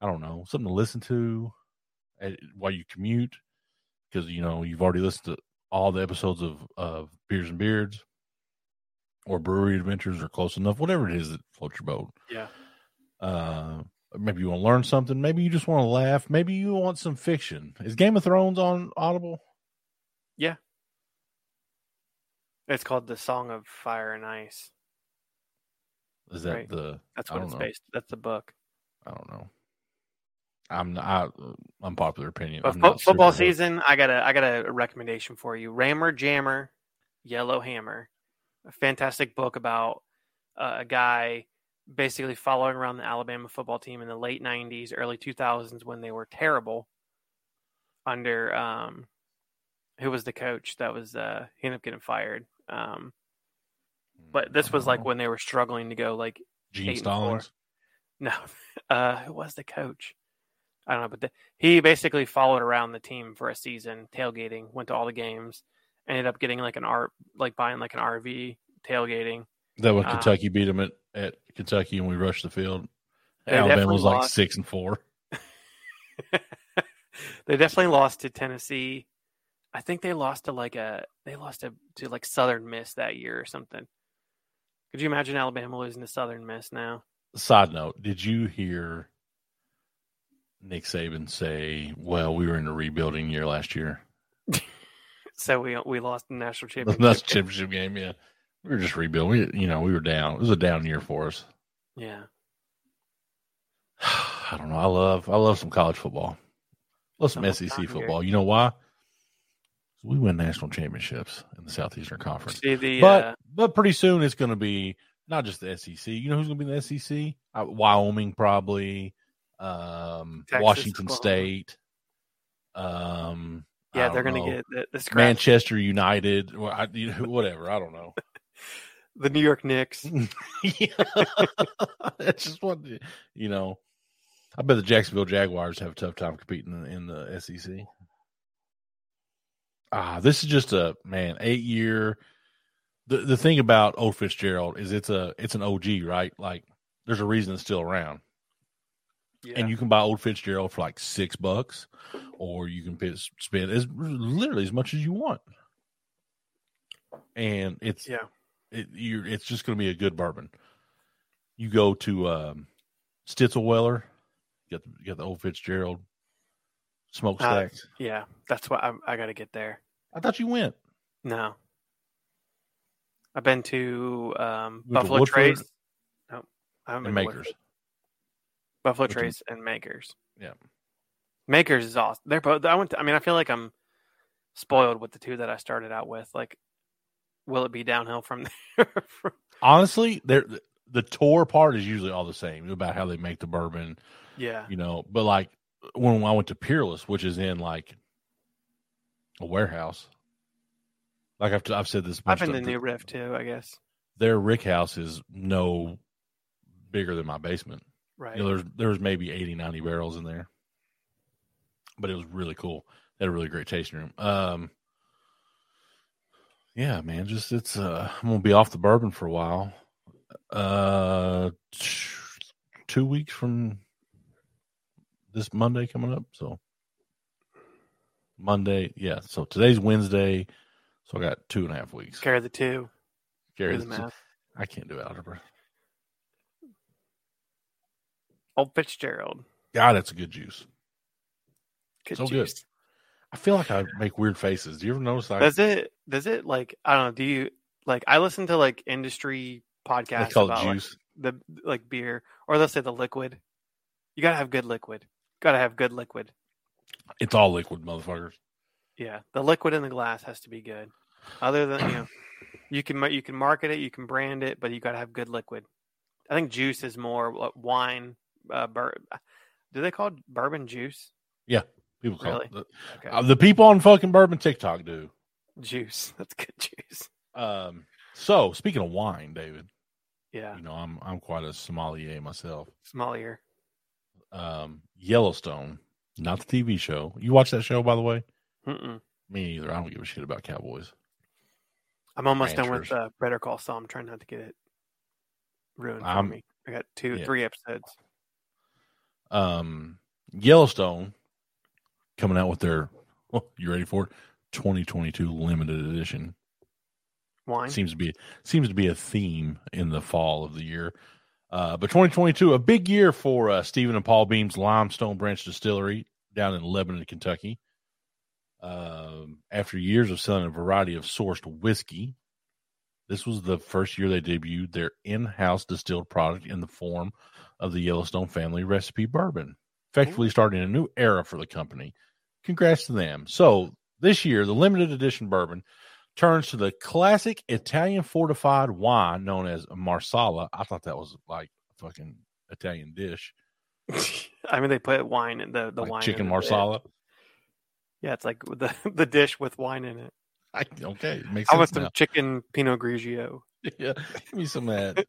I don't know, something to listen to at, while you commute because, you know, you've already listened to all the episodes of, of Beers and Beards or Brewery Adventures or Close Enough, whatever it is that floats your boat.
Yeah.
Uh, maybe you want to learn something. Maybe you just want to laugh. Maybe you want some fiction. Is Game of Thrones on Audible?
It's called the Song of Fire and Ice.
Is that
Right.
the?
That's
I
what
don't
it's
know.
based. That's the book.
I don't know. I'm not, I, uh, unpopular opinion.
But
I'm
fo-
not super
football
hooked.
season, I got a I got a recommendation for you. Rammer Jammer, Yellow Hammer, a fantastic book about uh, a guy basically following around the Alabama football team in the late '90s, early 2000s when they were terrible. Under um, who was the coach that was uh, he ended up getting fired? Um, but this was
Oh.
like when they were struggling to go like
Gene
eight and four.
Stallings.
No, uh, who was the coach? I don't know, but the, he basically followed around the team for a season, tailgating, went to all the games, ended up getting like an art, like buying like an RV, tailgating.
That when
Uh,
Kentucky beat them at, at Kentucky and we rushed the field.
They
Alabama
definitely
was like
lost.
six and four.
They definitely lost to Tennessee. I think they lost to like a they lost to, to like Southern Miss that year or something. Could you imagine Alabama losing to Southern Miss now?
Side note: Did you hear Nick Saban say, "Well, we were in a rebuilding year last year.
So we we lost the national
The
championship.
last championship game, yeah, we were just rebuilding. We, you know, we were down. It was a down year for us.
Yeah,
I don't know. I love I love some college football. Love some
Oh,
SEC
down here.
football. You know why? 'Cause We win national championships in the Southeastern Conference.
see the uh,
But but pretty soon it's going to be not just the SEC. You know who's going to be in the SEC? Uh, Wyoming probably. Um,
Texas,
Washington
Oklahoma.
State. Um, I
yeah
don't
they're gonna
know.
get the, the scratch
Manchester United. Or I, you know, whatever. I don't know.
the New York Knicks.
That's just what you know. I bet the Jacksonville Jaguars have a tough time competing in, in the SEC. Ah, this is just a man eight year. The the thing about Old Fitzgerald is it's a it's an OG right. Like there's a reason it's still around,
Yeah.
and you can buy Old Fitzgerald for like six bucks, or you can pay, spend as literally as much as you want. And it's
yeah.
it, you're, it's just going to be a good bourbon. You go to um, Stitzelweller, get the, get the old Fitzgerald smokestacks.
Yeah, that's what I'm, I got to get there.
I thought you went.
No, I've been to um,
Went to
Buffalo
Woodford
Trace. No, I haven't
And
been to
makers,
Woodford. Buffalo
Went to-
Trace and Makers.
Yeah.
Makers is awesome. They're both. I went. To, I mean, I feel like I'm spoiled with the two that I started out with. Like, will it be downhill from there? From-
honestly, they're the tour part is usually all the same about how they make the bourbon,
yeah.
you know. But like when I went to Peerless, which is in like a warehouse, like I've I've said this. a
I've
bunch
been to
of times,
New Riff too. I guess.
Their rick house is no bigger than my basement.
Right.
you know, there's there was maybe 80 90 barrels in there but it was really cool they had a really great tasting room um yeah man just it's uh i'm gonna be off the bourbon for a while uh t- two weeks from this monday coming up so monday yeah so today's wednesday so i got two and a half weeks
Carry the two.
Gary,
Do the math.
i can't do it out of breath
Old Fitzgerald.
god that's a good juice
Good
So good.
juice.
I feel like I make weird faces. Do you ever notice that?
Does it? Does it like? I don't know. Do you like? I listen to like industry
they
podcasts
call it
about like,
juice.
the like beer, or let's say the liquid. You gotta have good liquid. Gotta have good liquid.
It's all liquid, motherfuckers.
Yeah, the liquid in the glass has to be good. Other than you know, you can ma- you can market it, you can brand it, but you gotta have good liquid. I think juice is more what wine. Uh, bur- do they call it bourbon juice?
People call it the,
Really? Okay,
uh, the people on fucking bourbon TikTok do.
juice. That's good juice.
Um, so speaking of wine, David,
Yeah,
you know I'm I'm quite a sommelier myself.
smallier.
Um, Yellowstone, not the TV show. You watch that show, by the way.
Mm-mm.
Me either. I don't give a shit about Cowboys.
I'm almost done with
Ranchers.
uh, Better Call Saul. I'm trying not to get it ruined for
I'm-
me. I got two,
yeah.
three episodes.
Um, Yellowstone coming out with their. Oh, you ready for it? 2022 limited edition.
Wine.
seems to be seems to be a theme in the fall of the year. Uh, but 2022, a big year for uh, Stephen and Paul Beam's Limestone Branch Distillery down in Lebanon, Kentucky. Um, after years of selling a variety of sourced whiskey, this was the first year they debuted their in-house distilled product in the form of the Yellowstone family recipe bourbon, effectively starting a new era for the company. Congrats to them. So this year, the limited edition bourbon turns to the classic Italian fortified wine known as Marsala. I thought that was like a fucking Italian dish,
I mean, they put wine in the, the
like
wine.
chicken
in it.
Marsala.
Yeah, it's like with the, the dish with wine in it.
I, okay, it makes
I want
sense
some
now.
chicken Pinot Grigio,
yeah, give me some of that.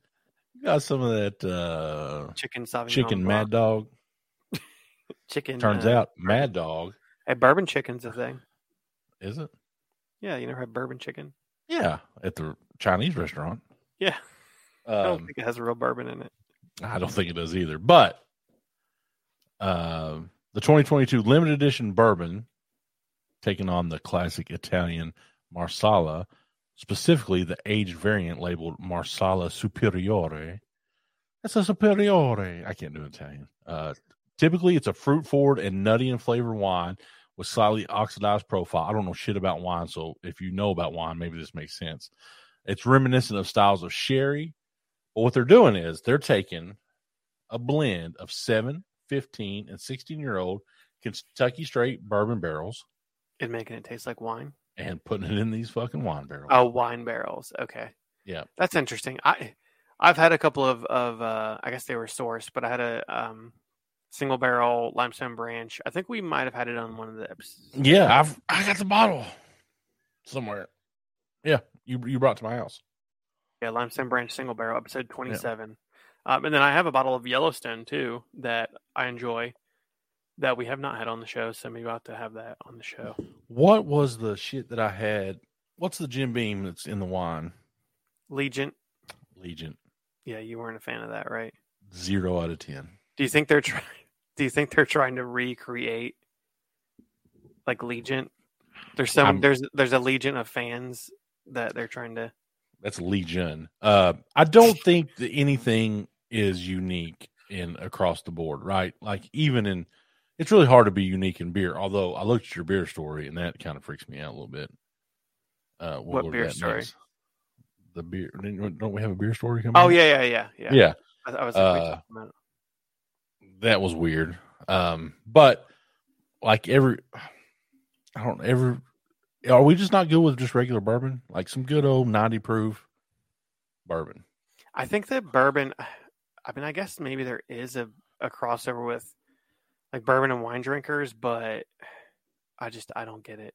You got some of that uh,
chicken Sauvignon
chicken
Blanc,
Mad Dog.
Chicken.
Turns
uh,
out Mad Dog
hey, bourbon chicken's a thing.
is it?
Yeah, you never had bourbon chicken.
Yeah, at the Chinese restaurant.
Yeah, I don't
Um,
think it has real bourbon in it.
I don't think it does either. But uh, the 2022 limited edition bourbon taking on the classic Italian Marsala, specifically the aged variant labeled Marsala Superiore. That's a Superiore. I can't do Italian. Uh, typically, it's a fruit forward and nutty in flavor wine with slightly oxidized profile. I don't know shit about wine, so if you know about wine, maybe this makes sense. It's reminiscent of styles of sherry, but what they're doing is they're taking a blend of 7, 15, and 16 year old Kentucky straight bourbon barrels
And making it taste like wine.
and putting it in these fucking wine barrels.
Oh, wine barrels. Okay.
Yeah.
That's interesting. I I've had a couple of of uh I guess they were sourced, but I had a um single barrel limestone branch. I think we might have had it on one of the episodes.
Yeah, I've I got the bottle somewhere. Yeah, you you brought it to my house.
Yeah, limestone branch single barrel episode 27. Um, and then I have a bottle of Yellowstone too that I enjoy that we have not had on the show, so maybe I'll have to have that on the show.
What was the shit that I had? What's the Jim Beam that's in the wine?
Legion.
Legion.
Yeah, you weren't a fan of that, right?
Zero out of ten.
Do you think they're trying? Do you think they're trying to recreate like Legion? There's some
I'm-
there's there's a legion of fans that they're trying to.
That's Legion. Uh, I don't think that anything is unique in across the board, right? Like even in, it's really hard to be unique in beer. Although I looked at your beer story and that kind of freaks me out a little bit. Uh, we'll
What
go to
beer
that
story?
next. The beer. didn't- Don't we have a beer story coming?
Oh
up?
yeah, yeah, yeah, yeah.
Mm-hmm. yeah.
I, I was like, what are you
Uh,
talking about?
that was weird. Um, but like every, I don't ever. Are we just not good with just regular bourbon? Like some good old ninety proof bourbon.
I think that bourbon. I mean, I guess maybe there is a a crossover with like bourbon and wine drinkers, but I just I don't get it.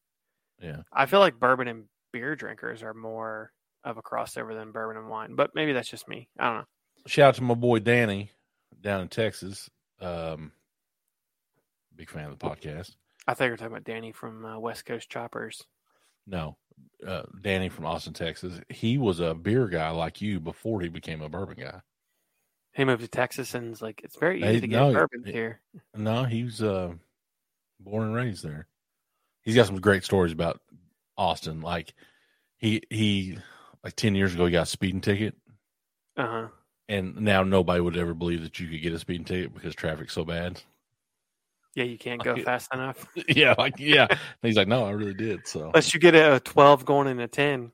Yeah.
I feel like bourbon and beer drinkers are more of a crossover than bourbon and wine, but maybe that's just me. I don't know.
Shout out to my boy Danny down in Texas. Um, big fan of the podcast.
I thought you were talking about Danny from uh, West Coast Choppers.
No, uh, Danny from Austin, Texas. He was a beer guy like you before he became a bourbon guy.
He moved to Texas and it's like, it's very easy
Hey,
to get
no,
bourbon
it-
here.
No, he was uh, born and raised there. He's got some great stories about Austin. Like he he like ten years ago he got a speeding ticket,
Uh huh.
and now nobody would ever believe that you could get a speeding ticket because traffic's so bad.
Yeah, you can't go
Like it-
fast enough
yeah, like yeah. And he's like, no, I really did. So
unless you get a 12 going in a 10.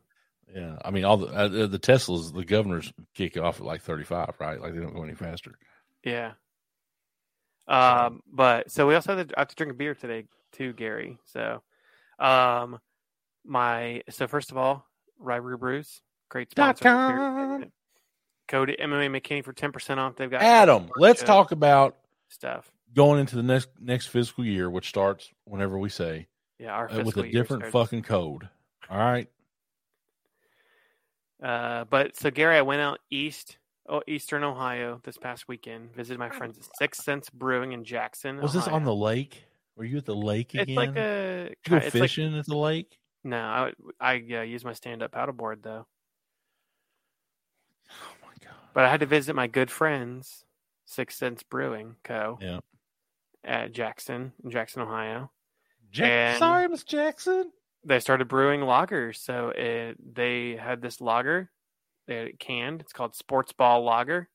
yeah, I mean, all the uh, the Teslas, the governors kick off at like thirty five, right? Like they don't go any faster.
Yeah. Um, but so we also have to, I have to drink a beer today too, Gary. So, um, my so first of all, Ryru Brews, great
Dot
sponsor. of the beer
com.
segment. Code MMA McKinney for ten percent off. They've got
Adam, let's
Yeah.
talk about
stuff.
going into the next next fiscal year, which starts whenever we say.
Yeah, our
uh, with
fiscal
a
year
different
starts-
fucking code. All right.
Uh, but so Gary, I went out east, oh, Eastern Ohio this past weekend. Visited my friends at Six Sense Brewing in Jackson.
Was this on
Ohio.
the lake? Were you at the lake again?
Oh, It's like a
Did you go
it's like-
fishing at the lake?
no, I I yeah, use my stand up paddleboard though.
Oh my god!
But I had to visit my good friends, Six Sense Brewing Co.
Yeah.
At Jackson, in Jackson, Ohio.
Jack-
and-
Sorry, Miss Jackson.
They started brewing lagers, so it, they had this lager, they had it canned. It's called Sports Ball Lager.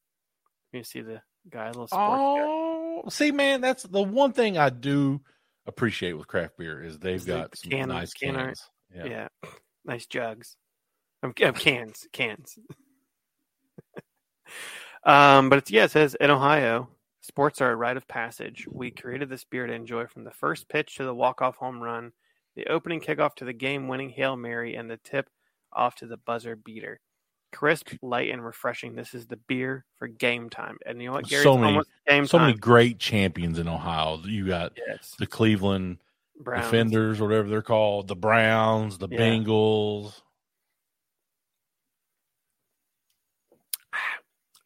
You see the guy, little sports guy.
Oh, see, man, that's the one thing I do appreciate with craft beer is they've
Is the-
got
the
some
can-
nice
can art.
cans. Yeah.
Yeah. Nice jugs. Um, c- uh, cans, cans. um, but it's, yeah, it says in Ohio, sports are a rite of passage. We created this beer to enjoy from the first pitch to the walk-off home run, the opening kickoff to the game-winning Hail Mary, and the tip off to the buzzer beater. Crisp, light, and refreshing. This is the beer for game time. And you know what, Gary?
So
It's
many-
almost game
So many
time.
great champions in Ohio. You got
yes.
the Cleveland
Browns.
Defenders, or whatever they're called, the Browns, the
Yeah.
Bengals.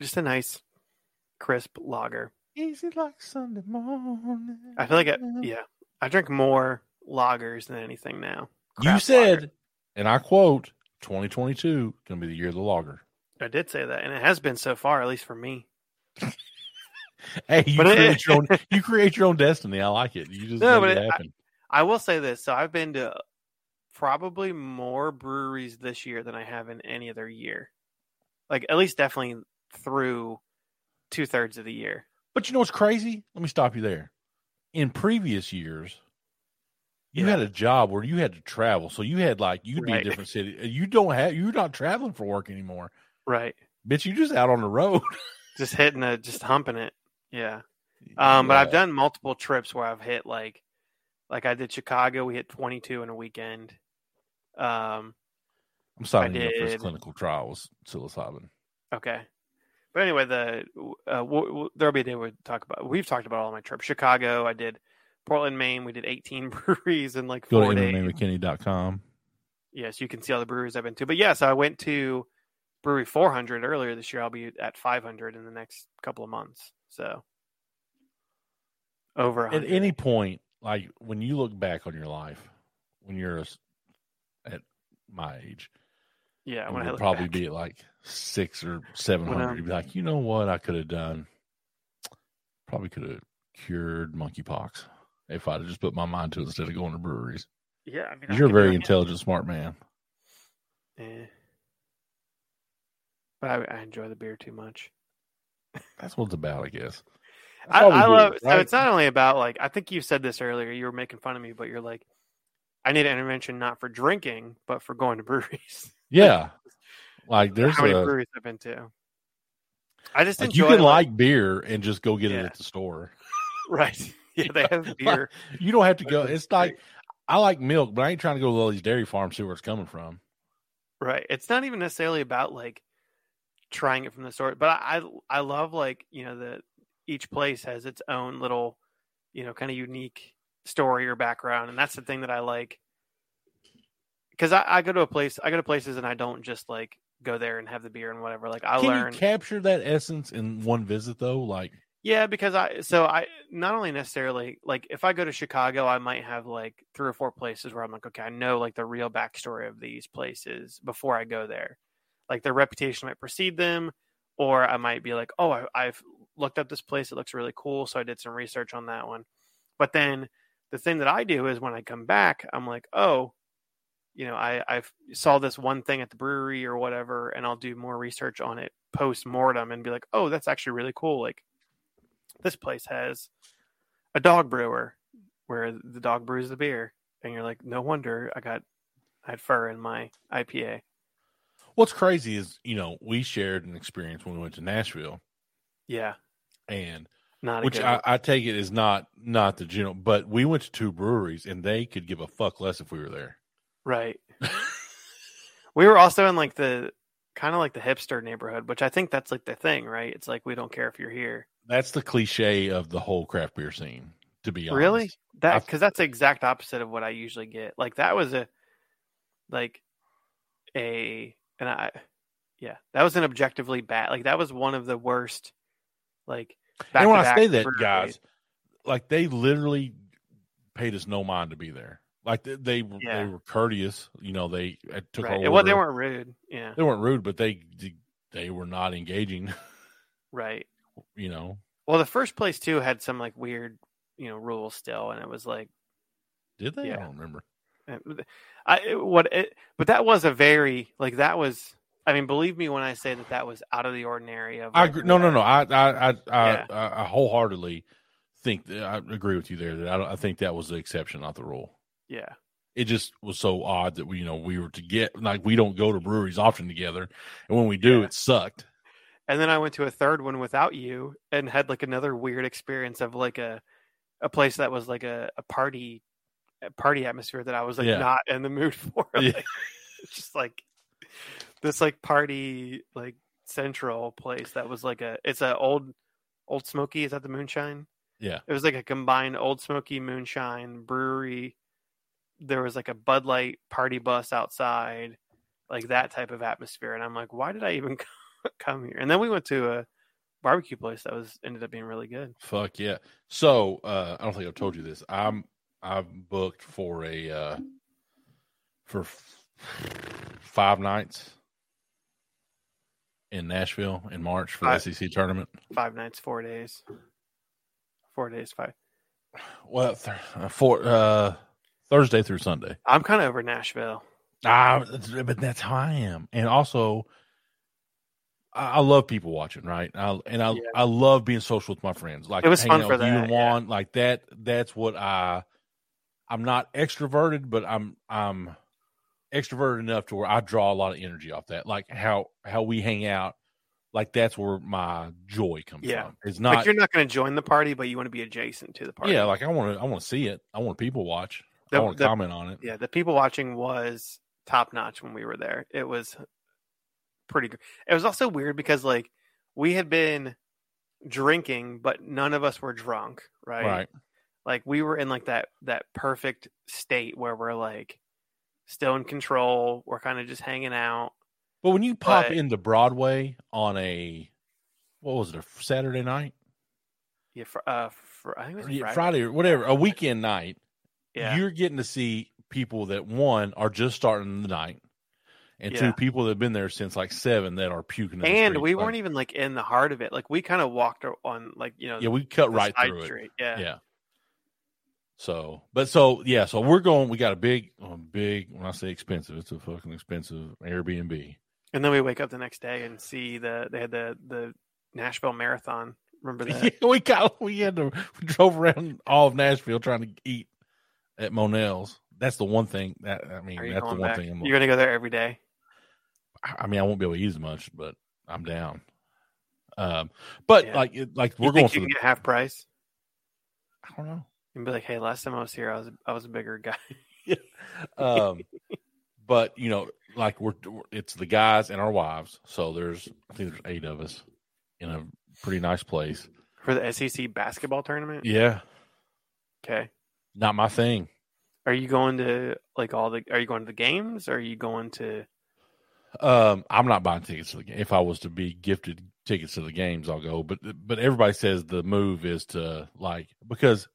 Just a nice, crisp lager.
Easy like Sunday morning.
I feel like I,
Mm.
yeah, I drink more lagers than anything now.
You
Craft
said,
lager.
and I quote, 2022 going to be the year of the logger.
I did say that, and it has been so far, at least for me.
Hey, you
But it-
create your own. You create your own destiny. I like it. You just
No,
make
but
it
it-
happen.
I will say this: so I've been to probably more breweries this year than I have in any other year. Like at least definitely through two thirds of the year.
but you know what's crazy? Let me stop you there. In previous years, you
Yeah.
had a job where you had to travel, so you had like you could be
Right.
a different city. Uh, You don't have. You're not traveling for work anymore,
Right,
bitch. You're just out on the road.
just hitting the, just humping it. Yeah. Um, but I've
Yeah.
done multiple trips where I've hit like, like I did Chicago. We hit 22 in a weekend. Um,
I'm signing up for his
did-
clinical trial with psilocybin.
Okay. But anyway, the uh, w- w- there'll be a day we talk about. We've talked about all my trips. Chicago, I did Portland, Maine. We did 18 breweries in like
Go
four
to
days.
MMAMcKinney.com.
Yes, you can see all the breweries I've been to. But yes, I went to Brewery 400 earlier this year. I'll be at 500 in the next couple of months. So over
At
100.
any point, like when you look back on your life, when you're a s- at my age,
yeah,
and
when I
we'll
look
probably
back.
be at like six or seven
When
hundred.
I'm-
You'd be like, you know what, I could have done. Probably could have cured monkeypox if I'd have just put my mind to it instead of going to breweries.
yeah. I mean,
'Cause
I
You're a
could do
very
it again.
intelligent, smart man.
Eh. But I, I enjoy the beer too much.
That's what it's about, I guess. That's
I,
why we
I
do
love so
right?
it's not only about like I think you said this earlier. You were making fun of me, but you're like, I need an intervention not for drinking, but for going to breweries.
yeah. Like there's
How many
a
breweries I've been to? I just
like you
enjoy
can like beer and just go get it
Yeah.
at the store.
right. Yeah, they have beer.
You don't have to go. It's like I like milk, but I ain't trying to go to all these dairy farms see where it's coming from.
Right. It's not even necessarily about like trying it from the store, but I I, I love like you know the each place has its own little you know kind of unique story or background, and that's the thing that I like because I, I go to a place I go to places and I don't just like go there and have the beer and whatever. Like I
Can
learn,
you capture that essence in one visit though? Like
yeah, because I so I not only necessarily like if I go to Chicago, I might have like three or four places where I'm like, okay, I know like the real backstory of these places before I go there. Like their reputation might precede them, or I might be like, oh, I, I've looked up this place; it looks really cool, so I did some research on that one. But then the thing that I do is when I come back, I'm like, oh, you know, I I saw this one thing at the brewery or whatever, and I'll do more research on it post mortem and be like, oh, that's actually really cool. Like this place has a dog brewer where the dog brews the beer, and you're like, no wonder I got I had fur in my IPA.
What's crazy is, you know, we shared an experience when we went to Nashville,
Yeah,
and
not a
which
good
I, I take it is not not the general, but we went to two breweries, and they could give a fuck less if we were there.
Right. we were also in like the kind of like the hipster neighborhood, which I think that's like the thing, right? It's like we don't care if you're here.
That's the cliche of the whole craft beer scene, to be honest.
Really? That
I've-
because that's the exact opposite of what I usually get. Like that was a like a and I yeah, that was an objectively bad like that was one of the worst like
And when I
back-to-back
say that,
breweries.
guys, like they literally paid us no mind to be there. Like they they, were-
Yeah.
they were courteous. You know, they uh, took
right.
our
Well, they
order.
weren't rude. Yeah.
they weren't rude, but they they were not engaging.
Right.
You know,
Well, the first place too had some like weird, you know, rules still, and it was like,
did they? I
Yeah.
don't remember.
I it- what it, but that was a very like that was. I mean, believe me when I say that that was out of the ordinary. Of
I
like,
agree. No, no,
what-
no. I, I, I,
Yeah.
I, I, I wholeheartedly think that I agree with you there. That I, don't- I think that was the exception, not the rule.
Yeah.
It just was so odd that we, you know, we were to get like we don't go to breweries often together, and when we do,
Yeah.
it sucked.
and then I went to a third one without you and had like another weird experience of like a a place that was like a, a party a party atmosphere that I was like
Yeah.
not in the mood for.
Yeah.
Like, it's just like this like party like central place that was like a it's a old old smoky is that the moonshine
Yeah.
it was like a combined old smoky moonshine brewery there was like a bud light party bus outside like that type of atmosphere and i'm like why did i even come here and then we went to a barbecue place that was ended up being really good
Fuck yeah. So uh, I don't think I've told you this. I'm I'm booked for a uh, for f- five nights in Nashville in March for the
I-
SEC tournament.
five nights four days four days five
Well, th- uh, for uh, Thursday through Sunday.
i'm kind of over nashville
Ah, but that's how I am, and also, I, I love people watching, right? I, and I
Yeah.
I love being social with my friends. Like
It was
hanging
fun
out
for
with you
that,
and
yeah.
Juan, like that. That's what I. I'm not extroverted, but I'm I'm extroverted enough to where I draw a lot of energy off that. Like how how we hang out, like that's where my joy comes
Yeah.
from. It's not
like you're not going to join the party but you want to be adjacent to the party
yeah, like I want to I want to see it. I want people watch. I
The-
want to
the-
comment on it.
yeah the people watching was top notch when we were there it was pretty good it was also weird because like we had been drinking but none of us were drunk right,
Right.
like we were in like that that perfect state where we're like still in control we're kind of just hanging out
But when you pop
But-
into Broadway on a what was it a Saturday night,
yeah fr- uh fr- i think it was
Friday,
friday,
Friday or whatever, a weekend night,
yeah
you're getting to see people that one are just starting the night, and
Yeah.
two people that have been there since like seven that are puking. in the
and
streets,
we
like-
weren't even like in the heart of it like we kind of walked ar- on like you know
Yeah, we cut
the
right
side
through it.
street. yeah
Yeah. So, but so yeah, so we're going. We got a big, a big. When I say expensive, it's a fucking expensive Airbnb.
And then we wake up the next day and see the they had the the Nashville Marathon. Remember that?
we got we had to we drove around all of Nashville trying to eat at Monell's. That's the one thing that I mean.
Are you
that's the
going
one
back?
thing. I'm,
You're gonna go there every day.
I mean, I won't be able to use much, but I'm down. Um, but
Yeah.
like it- like
You
we're going
think
for
you
the.
can get half price
I don't know.
and be like, "Hey, last time I was here, I was I was a bigger guy."
Um, but you know, like we're it's the guys and our wives. So there's I think there's eight of us in a pretty nice place.
For the SEC basketball tournament,
Yeah,
okay.
not my thing.
Are you going to like all the? Are you going to the games? Or are you going to?
Um, I'm not buying tickets to the game. If I was to be gifted tickets to the games, I'll go. But but everybody says the move is to like because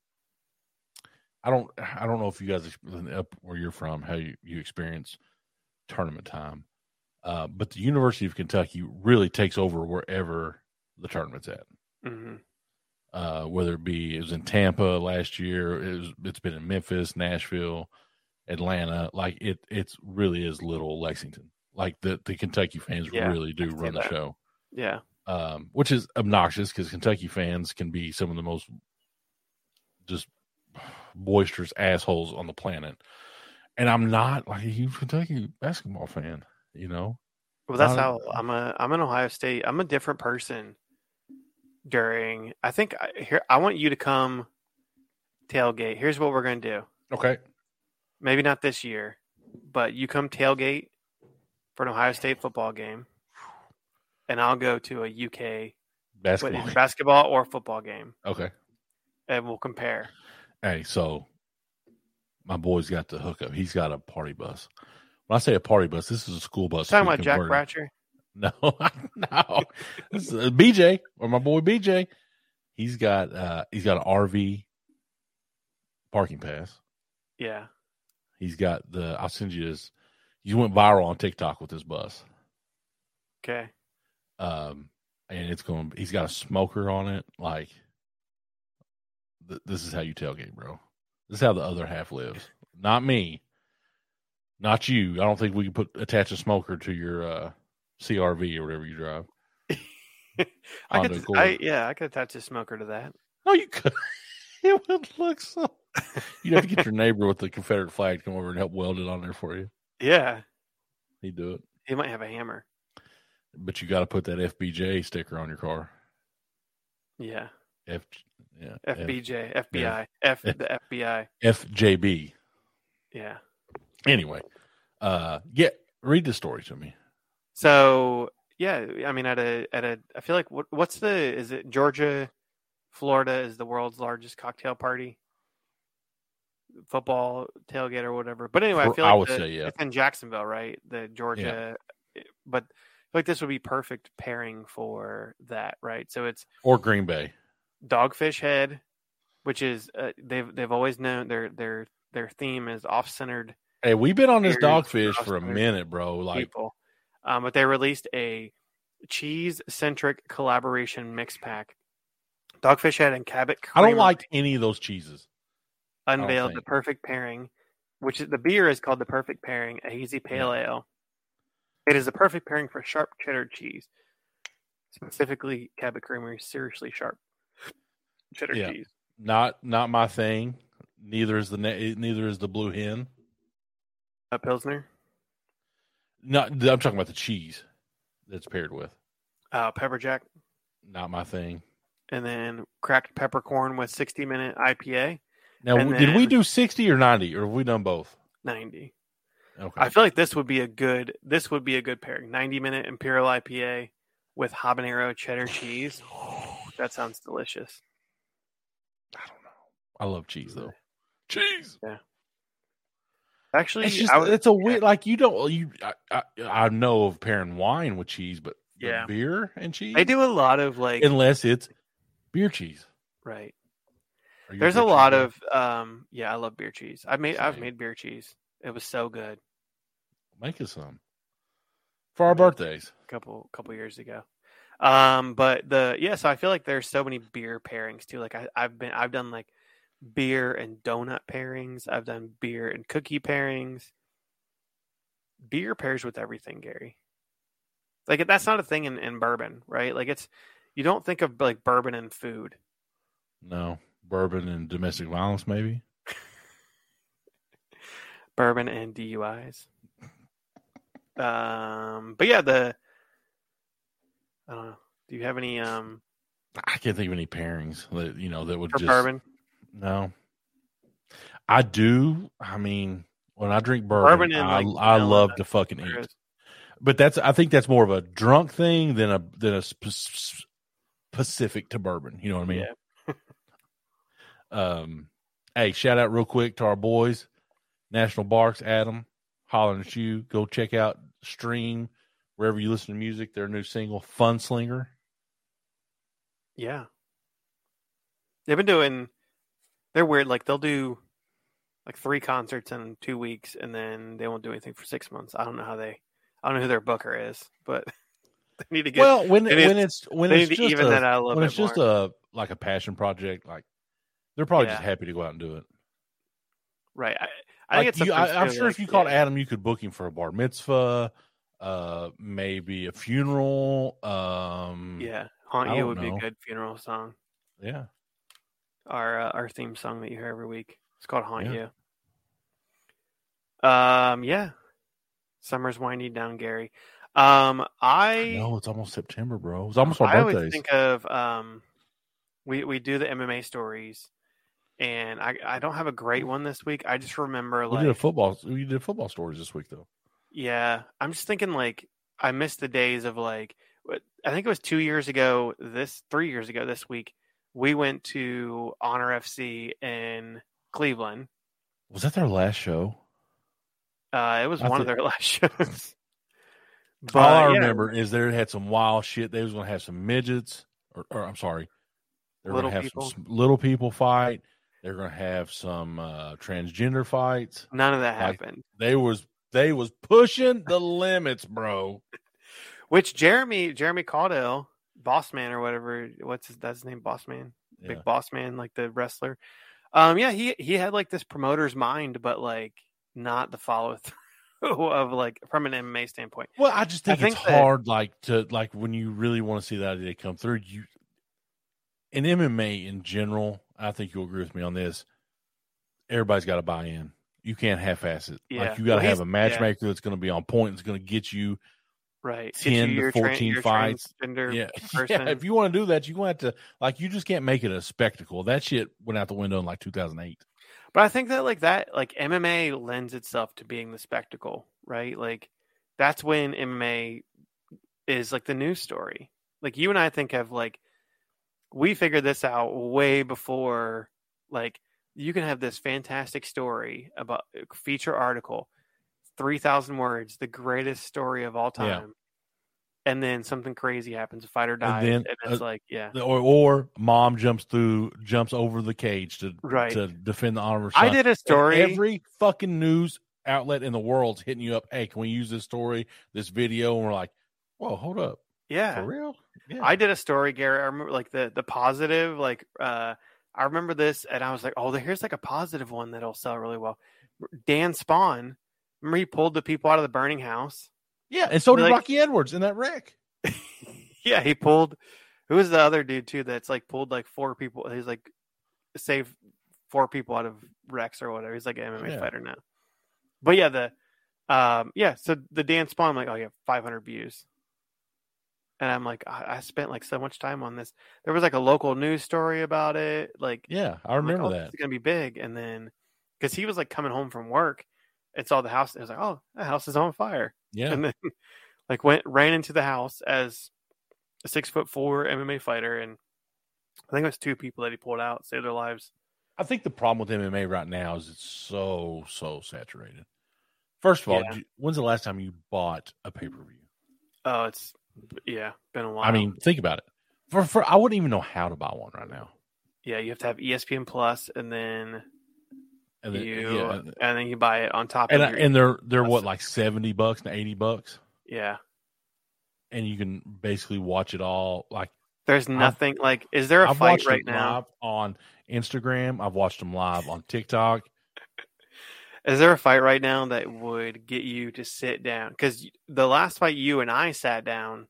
I don't I don't know if you guys ex- up where you're from how you, you experience tournament time, uh, but the University of Kentucky really takes over wherever the tournament's at.
mhm.
Uh, whether it be it was in Tampa last year, it was, it's been in Memphis, Nashville, Atlanta. Like it, it's really is little Lexington. Like the the Kentucky fans
Yeah,
really do
can see
run the
that.
show,
Yeah,
um, which is obnoxious because Kentucky fans can be some of the most just boisterous assholes on the planet. And I'm not like a huge Kentucky basketball fan, you know.
well, that's
Uh,
how I'm a I'm an Ohio State. I'm a different person. During, I think I, here I want you to come tailgate. Here's what we're gonna do.
Okay,
maybe not this year, but you come tailgate for an Ohio State football game, and I'll go to a UK wait,
basketball.
either basketball or football game,
Okay,
and we'll compare.
Hey, so my boy's got the hookup. He's got a party bus. When I say a party bus, this is a school bus.
Talking
we
about Jack
converted.
Bratcher,
No, no. This is uh, BJ or my boy BJ. He's got uh he's got an RV parking pass.
Yeah.
He's got the. I'll send you his. You went viral on TikTok with this bus.
Okay.
Um, and it's going. He's got a smoker on it. Like, th- this is how you tailgate, bro. This is how the other half lives. Not me. Not you. I don't think we can put attach a smoker to your uh, CRV or whatever you drive.
I
Honda
could,
Accord.
I, yeah, I could attach a smoker to that.
No, you could. it would look so. You'd have to get your neighbor with the Confederate flag to come over and help weld it on there for you.
Yeah,
He'd do it.
he might have a hammer.
But you got to put that FBJ sticker on your car.
Yeah,
F, yeah, F-
FBJ, FBI, F the FBI.
FJB.
Yeah.
Anyway, uh, yeah, read the story to me.
So yeah, I mean, at a at a, I feel like what what's the is it Georgia, Florida is the world's largest cocktail party, football tailgate or whatever. But anyway, I
For-
feel
I
like
would
the-
say, yeah.
it's in Jacksonville, right? The Georgia, but I feel like this would be perfect pairing for that, right? So it's
Or Green Bay.
Dogfish Head, which is uh, they've they've always known their their their theme is off centered
Hey, we've been on this
Here's
dogfish for a
Crossfire.
minute, bro. Like,
people. Um, but they released a cheese centric collaboration mix pack. Dogfish Head and Cabot
I
Creamery
don't like any of those cheeses. don't
unveiled the
think.
perfect pairing, which is the beer is called the perfect pairing, a hazy pale ale. It is the perfect pairing for sharp cheddar cheese, specifically Cabot Creamery, seriously sharp cheddar
Yeah.
cheese.
Not, not my thing. Neither is the ne- neither is the blue hen.
A Pilsner,
Not, I'm talking about the cheese that's paired with.
uh, Pepper Jack,
Not my thing.
and then cracked peppercorn with 60 minute IPA,
Now,
And
did we
then-
do 60 or 90, or have we done both?
90.
Okay.
I feel like this would be a good this would be a good pairing. 90 minute imperial IPA with habanero cheddar cheese. That sounds delicious.
I don't know. I love cheese though. Cheese.
Actually,
It's just
I would-
it's a weird like you don't you I, I, I know of pairing wine with cheese, but the
Yeah.
beer and cheese.
they do a lot of like
unless it's beer cheese.
right.
Are you
There's a
beer cheese
lot
guy?
of um yeah, I love beer cheese. I've made I've
Same.
made beer cheese. It was so good
make us some for our birthdays.
a couple couple years ago. Um but the yeah, so I feel like there's so many beer pairings too. Like I, I've been I've done like beer and donut pairings. I've done beer and cookie pairings. Beer pairs with everything, Gary. Like that's not a thing in, in bourbon, right? Like it's you don't think of like bourbon and food.
No bourbon and domestic violence, maybe.
bourbon and DUIs. Um, but yeah, the I don't know. Do you have any um
I can't think of any pairings that you know that would
for
just
bourbon?
no. I do. I mean, when I drink bourbon,
Bourbon and,
I,
like,
I
vanilla
love to fucking eat. but that's I think that's more of a drunk thing than a than a sp- sp- specific to bourbon. You know what I mean? Um, hey, shout out real quick to our boys, National Barks, Adam, hollering at you. Go check out Stream wherever you listen to music. Their new single, Fun Slinger.
Yeah. They've been doing they're weird, like they'll do like three concerts in two weeks and then they won't do anything for six months. I don't know how they I don't know who their booker is, but they need to get
Well, when
It
when
is-
it's when
they
it's
need to
just
even
a,
that out a little
when
bit
it's just
more.
a like a passion project, like they're probably just
Yeah.
happy to go out and do it.
right. I, I
I
think it's
you,
sometimes
I, I'm
too,
sure if
like,
you called
yeah.
Adam, you could book him for a bar mitzvah, uh, maybe a funeral. Um,
Yeah. Haunt
I
You
don't
would be
know.
a good funeral song.
yeah.
our uh, our theme song that you hear every week. It's called Haunt
Yeah.
You. Um, yeah, summer's winding down, Gary. Um, I
No, it's almost September, bro. It's almost
I
our
always
birthdays.
think of um, we we do the MMA stories, and I I don't have a great one this week. I just remember
we
like
did a football. We did football stories this week, though.
Yeah, I'm just thinking like I miss the days of like what- I think it was two years ago. This three years ago. This week we went to Honor FC in Cleveland.
Was that their last show?
Uh, it was
I
one of
thi-
their last shows. But
All I
yeah,
remember is they had some wild shit. They was going to have some midgets, or, or I'm sorry, they were
Little
going to have
people.
some s- little people fight. They're going to have some uh, transgender fights.
None of that
Like-
happened.
They was they was pushing the limits, bro.
Which Jeremy Jeremy Caudell, Boss Man or whatever, what's his that's his name, Boss Man,
Yeah.
Big Boss Man, like the wrestler. Um, yeah, he he had like this promoter's mind, but like not the follow through of like from an MMA standpoint.
Well, I just
I
think, it's
think that-
hard, like to like when you really want to see that idea come through. You in MMA in general, I think you'll agree with me on this. Everybody's got to buy in. You can't half-ass it.
Yeah.
Like you got to
Well,
have
he's-
a
yeah.
matchmaker that's going to be on point. It's going to get you.
Right.
10 to 14 fights.
Gender
Yeah,
person.
yeah. If you want to do that, you going to have to like. You just can't make it a spectacle. That shit went out the window in like 2008.
But I think that like that like MMA lends itself to being the spectacle, right? Like that's when MMA is like the news story. Like you and I think have like we figured this out way before like you can have this fantastic story about uh, feature article 3000 words the greatest story of all
Yeah.
time and then something crazy happens a fighter dies
then,
and, it's
uh,
like yeah
or or mom jumps through jumps over the cage to
Right.
to defend the honor of her
i
son.
did a story
every fucking news outlet in the world's hitting you up hey can we use this story this video and we're like whoa hold up
yeah
for real yeah
I did a story, Gary. I remember like the the positive, like uh I remember this and I was like, Oh, here's like a positive one that'll sell really well. Dan Spawn, remember he pulled the people out of the burning house?
yeah and so did
like-
rocky edwards in that wreck
yeah, he pulled who was the other dude too that's like pulled like four people he's like saved four people out of Rex or whatever. He's like an MMA
Yeah.
fighter now. But yeah, the um yeah, so the Dan Spawn, I'm like, oh yeah, five hundred views. And I'm like, I, I spent like so much time on this. There was like a local news story about it. Like
yeah i
I'm like,
remember
oh,
that
It's gonna be big. And then because he was like coming home from work and saw the house, it was like, oh, the house is on fire.
yeah
And then like went ran into the house as a six foot four MMA fighter, and I think it was two people that he pulled out, saved their lives.
i think the problem with mma right now is it's so so saturated first of all
Yeah.
do- when's the last time you bought a pay-per-view
Oh, it's yeah, been a while.
i mean think about it for, for i wouldn't even know how to buy one right now
yeah, you have to have E ESPN Plus, and then
and then,
you
yeah,
and then you buy it on top
and,
of your
and they're they're what like 70 bucks and 80 bucks
yeah.
and you can basically watch it all. Like
There's nothing like. Is there a
I've
fight
watched
right
them
now?
live on Instagram. I've watched them live on TikTok.
Is there a fight right now that would get you to sit down? Because the last fight you and I sat down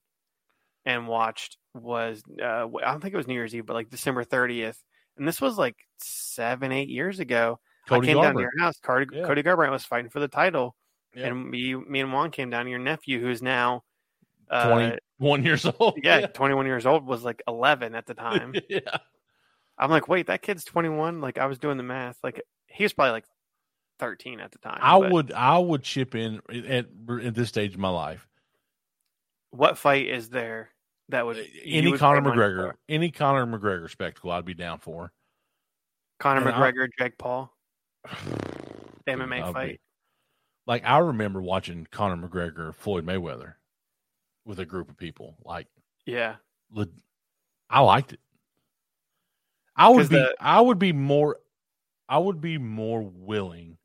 and watched was uh, I don't think it was New Year's Eve, but like December thirtieth, and this was like seven, eight years ago. I
Cody
came down to
Garber.
your house. Cody,
Yeah.
Cody Garbrandt was fighting for the title,
Yeah.
and me, me and Juan came down. Your nephew, who's now uh,
21 years old.
yeah, twenty one years old, was like eleven at the time.
yeah.
I'm like, wait, that kid's twenty one. Like I was doing the math. Like he was probably like thirteen at the time.
I
but-
would I would chip in at, at this stage of my life.
what fight is there that would you
Any
would
Conor
pay money
McGregor,
for?
any Conor McGregor spectacle, I'd be down for.
Conor
And I-
McGregor, Jake Paul, MMA
I'd be-
fight.
Like I remember watching Conor McGregor, Floyd Mayweather, with a group of people. Like
Yeah,
le- I liked it. I
'Cause
would be
the-
I would be more I would be more willing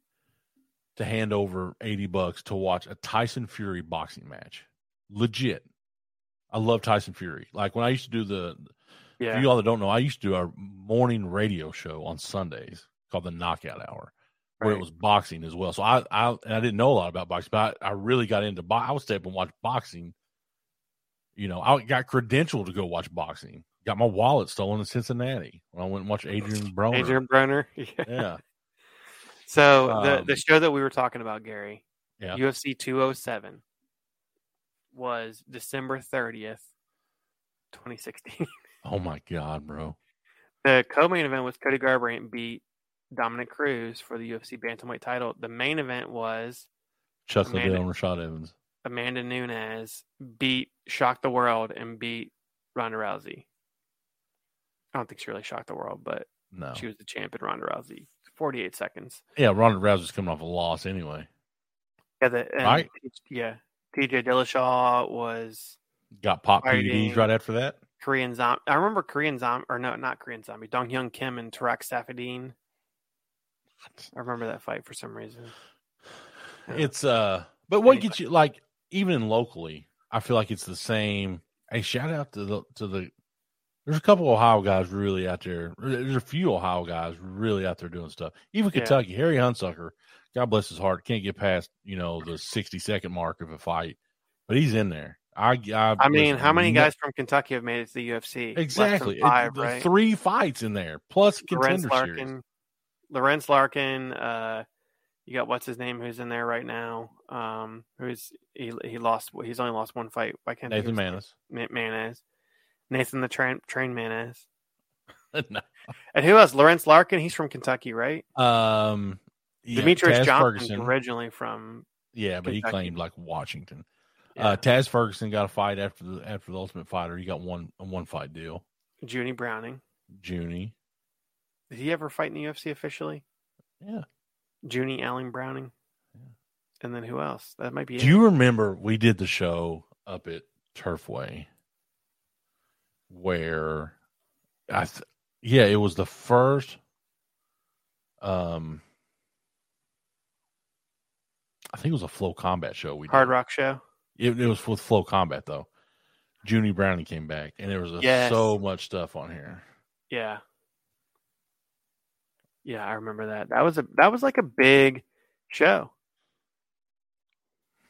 to hand over 80 bucks to watch a Tyson Fury boxing match. Legit. I love Tyson Fury. Like when I used to do the
yeah.
for you all that don't know, I used to do our morning radio show on Sundays called the Knockout Hour, where
Right.
it was boxing as well. So I I, and I didn't know a lot about boxing, but I, I really got into bo- I would stay up and watch boxing. You know, I got credentialed to go watch boxing. Got my wallet stolen in Cincinnati when I went and watched Adrian Broner.
Adrian Broner. Yeah.
Yeah,
So the the
Um,
show that we were talking about, Gary,
Yeah.
UFC 207, was December 30th, 2016.
Oh my god, bro.
the co-main event was Cody Garbrandt beat Dominic Cruz for the UFC bantamweight title. The main event was
Chuck
Man,
Liddell and Rashad Evans.
Amanda Nunes beat shocked the world and beat Ronda Rousey. I don't think she really shocked the world, but
No.
she was the champ in Ronda Rousey. Forty-eight seconds.
Yeah, Ronda Rousey's coming off a loss anyway.
Yeah, the, and
Right.
Yeah, T.J. Dillashaw was
Got pop
Fighting.
PEDs right after that.
Korean zombie. I remember Korean zombie, or no, not Korean zombie. Dong Hyun Kim and Tarek Safadine I remember that fight for some reason. Yeah.
It's uh, but what
Anyway.
gets you like even locally? I feel like it's the same. Hey, shout out to the to the. There's a couple Ohio guys really out there. There's a few Ohio guys really out there doing stuff. Even
Yeah.
Kentucky, Harry Hunsucker, God bless his heart, can't get past you know the 60 second mark of a fight, but he's in there. I I,
I mean,
listen,
how many
no-
guys from Kentucky have made it to the UFC? Less than
exactly? It-
five,
the
right?
Three fights in there plus
Lorenz
contender series.
Larkin. Lorenz Larkin. Uh, you got what's his name who's in there right now? Um, who's he? He lost. He's only lost one fight. Why can't I think
Nathan
of his
Manis.
name? Ma- Mayonnaise. Nathan the train train mayonnaise.
No.
And who else? Lorenz Larkin. He's from Kentucky, right?
um, yeah,
Demetrius
Taz
Johnson
Ferguson.
originally from.
Yeah, but he
Kentucky.
claimed like Washington.
Yeah.
Uh, Taz Ferguson got a fight after the after the Ultimate Fighter. He got one a one fight deal.
Junie Browning.
Junie,
Did he ever fight in the UFC officially?
Yeah.
Junie Allen Browning.
Yeah.
And then who else? That might be.
do
it.
you remember we did the show up at Turfway where I th- yeah it was the first um I think it was a Flow Combat show we
Hard
did.
Rock Show.
It, it was with Flow Combat though. Junie Browning came back and there was a,
Yes.
so much stuff on here.
Yeah. Yeah, I remember that. That was a that was like a big show.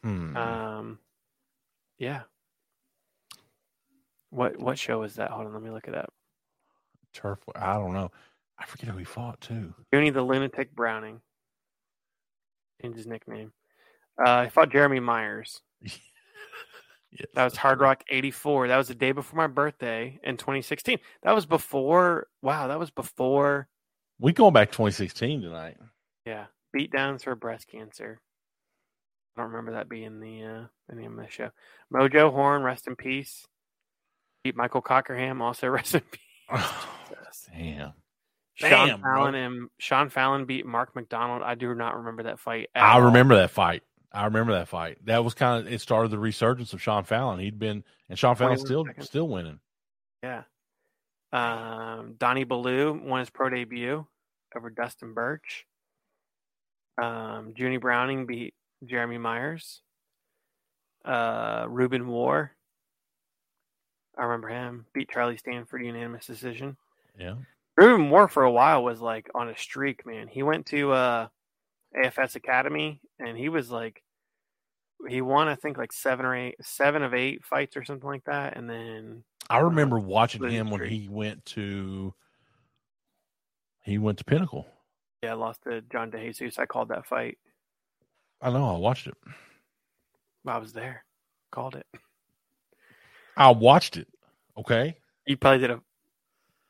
Hmm.
Um yeah. What what show was that? Hold on, let me look it up.
turf. I don't know. I forget who he fought too.
Junie the Lunatic Browning. Changed his nickname. Uh he fought Jeremy Myers.
Yes,
That was Hard Rock 84. That was the day before my birthday in 2016. That was before wow, that was before
We going back 2016 tonight.
yeah, beatdowns for breast cancer. I don't remember that being the uh, the name of the show. Mojo Horn, rest in peace. Beat Michael Cockerham, also rest in peace. Jesus.
Damn. Damn,
Sean
bro.
Fallon and Sean Fallon beat Mark McDonald. I do not remember that fight. at
I
all.
remember that fight. I remember that fight. That was kind of it started the resurgence of Sean Fallon. He'd been and Sean Fallon
21
still
seconds.
still winning.
Yeah. Um, Donnie Ballou won his pro debut over Dustin Birch. Um, Junie Browning beat Jeremy Myers. Uh, Ruben War. I remember him beat Charlie Stanford unanimous decision.
Yeah.
Ruben War for a while was like on a streak, man. He went to uh, AFS Academy and he was like, he won I think like seven or eight, seven of eight fights or something like that, and then
I remember watching
Losing
him when
streak.
he went to he went to Pinnacle.
Yeah, I lost to John DeJesus. I called that fight.
I know. I watched it.
I was there. Called it.
I watched it. Okay.
You probably did a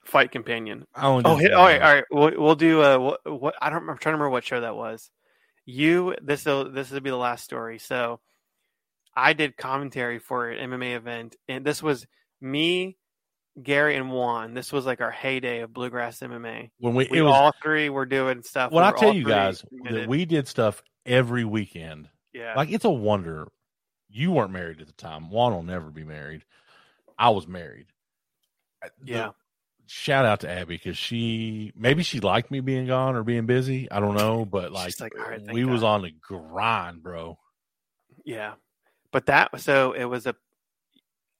fight companion.
I only
Oh,
did
hit,
one
all right,
round.
all right. We'll, we'll do. Uh, what, what I don't. remember- I'm trying to remember what show that was. You. This will. This will be the last story. So, I did commentary for an MMA event, and this was me, Gary, and Juan. This was like our heyday of bluegrass MMA.
When we
We
it was
all three were doing stuff.
when
We
I
were
tell
all
you
three
guys that
committed.
we did stuff every weekend.
yeah.
Like it's a wonder you weren't married at the time. Juan will never be married. I was married. I- the-
yeah.
shout out to Abby because she maybe she liked me being gone or being busy. I don't know, but like,
She's like, "All right, thank
we was
God."
on the grind, bro.
Yeah. But that so it was a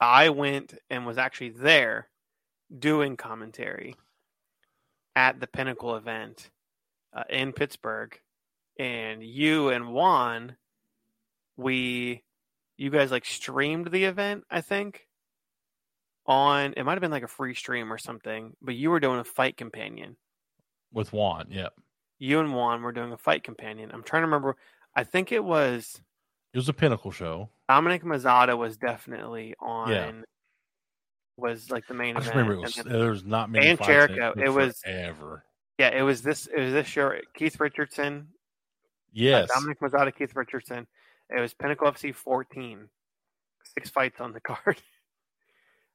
I went and was actually there doing commentary at the Pinnacle event uh, in Pittsburgh and you and Juan we you guys like streamed the event, I think. On it might have been like a free stream or something, but you were doing a fight companion
With Juan, yeah,
you and Juan were doing a fight companion. I'm trying to remember. I think it was
it was a pinnacle show.
Dominic Mazzada was definitely on.
Yeah.
Was like the main.
I just
event.
remember it was uh,
and then-
there was not many
And
fights in
Jericho,
took
it was-
forever.
yeah, it was this. It was this show. Keith Richardson. uh,
Yes,
Dominic Mazzada, Keith Richardson. It was Pinnacle FC 14. Six fights on the card.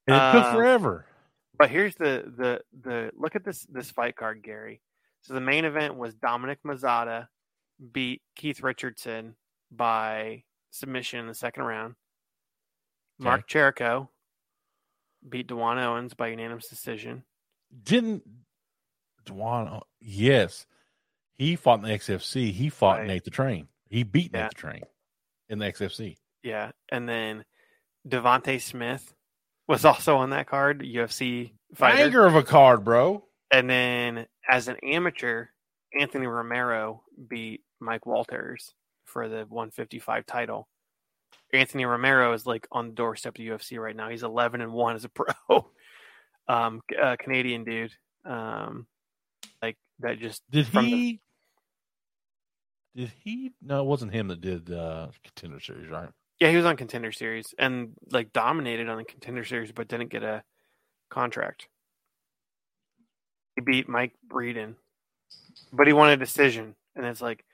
and it took
um,
forever.
But here's the the the look at this this fight card, Gary. So the main event was Dominic Mazzada beat Keith Richardson by submission in the second round. Mark Jericho beat Dewan Owens by unanimous decision.
Didn't Dwan? uh, Yes, He fought in the XFC. He fought
Right.
Nate the Train. He beat
Yeah.
Nate the Train in the XFC.
Yeah, and then Devonte Smith was also on that card, UFC fighter.
Banger of a card, bro.
And then as an amateur, Anthony Romero beat Mike Walters for the 155 title. Anthony Romero is like on the doorstep of the UFC right now. He's 11 and 1 as a pro. Um uh, Canadian dude. Um like that just
Did
From the-
he? Did he? No, it wasn't him that did uh contender series, right?
yeah, he was on contender series and like dominated on the contender series but didn't get a contract. He beat Mike Breeden. But he won a decision. And it's like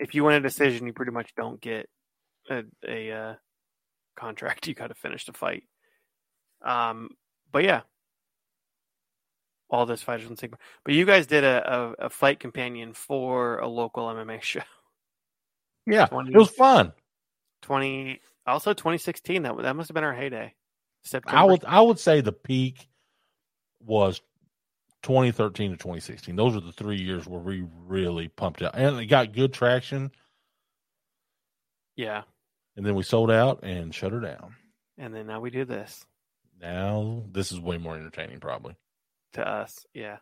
if you win a decision, you pretty much don't get a, a uh, contract. You gotta finish the fight. Um but yeah. All those fighters on Sigma. But you guys did a, a, a fight companion for a local MMA show.
Yeah,
20
it was fun.
twenty also twenty sixteen. That that must have been our heyday. September.
I would I would say the peak was 2013 to 2016. Those are the three years where we really pumped out, and it got good traction.
yeah,
And then we sold out and shut her down.
and then now we do this
Now this is way more entertaining, probably.
to us. Yeah.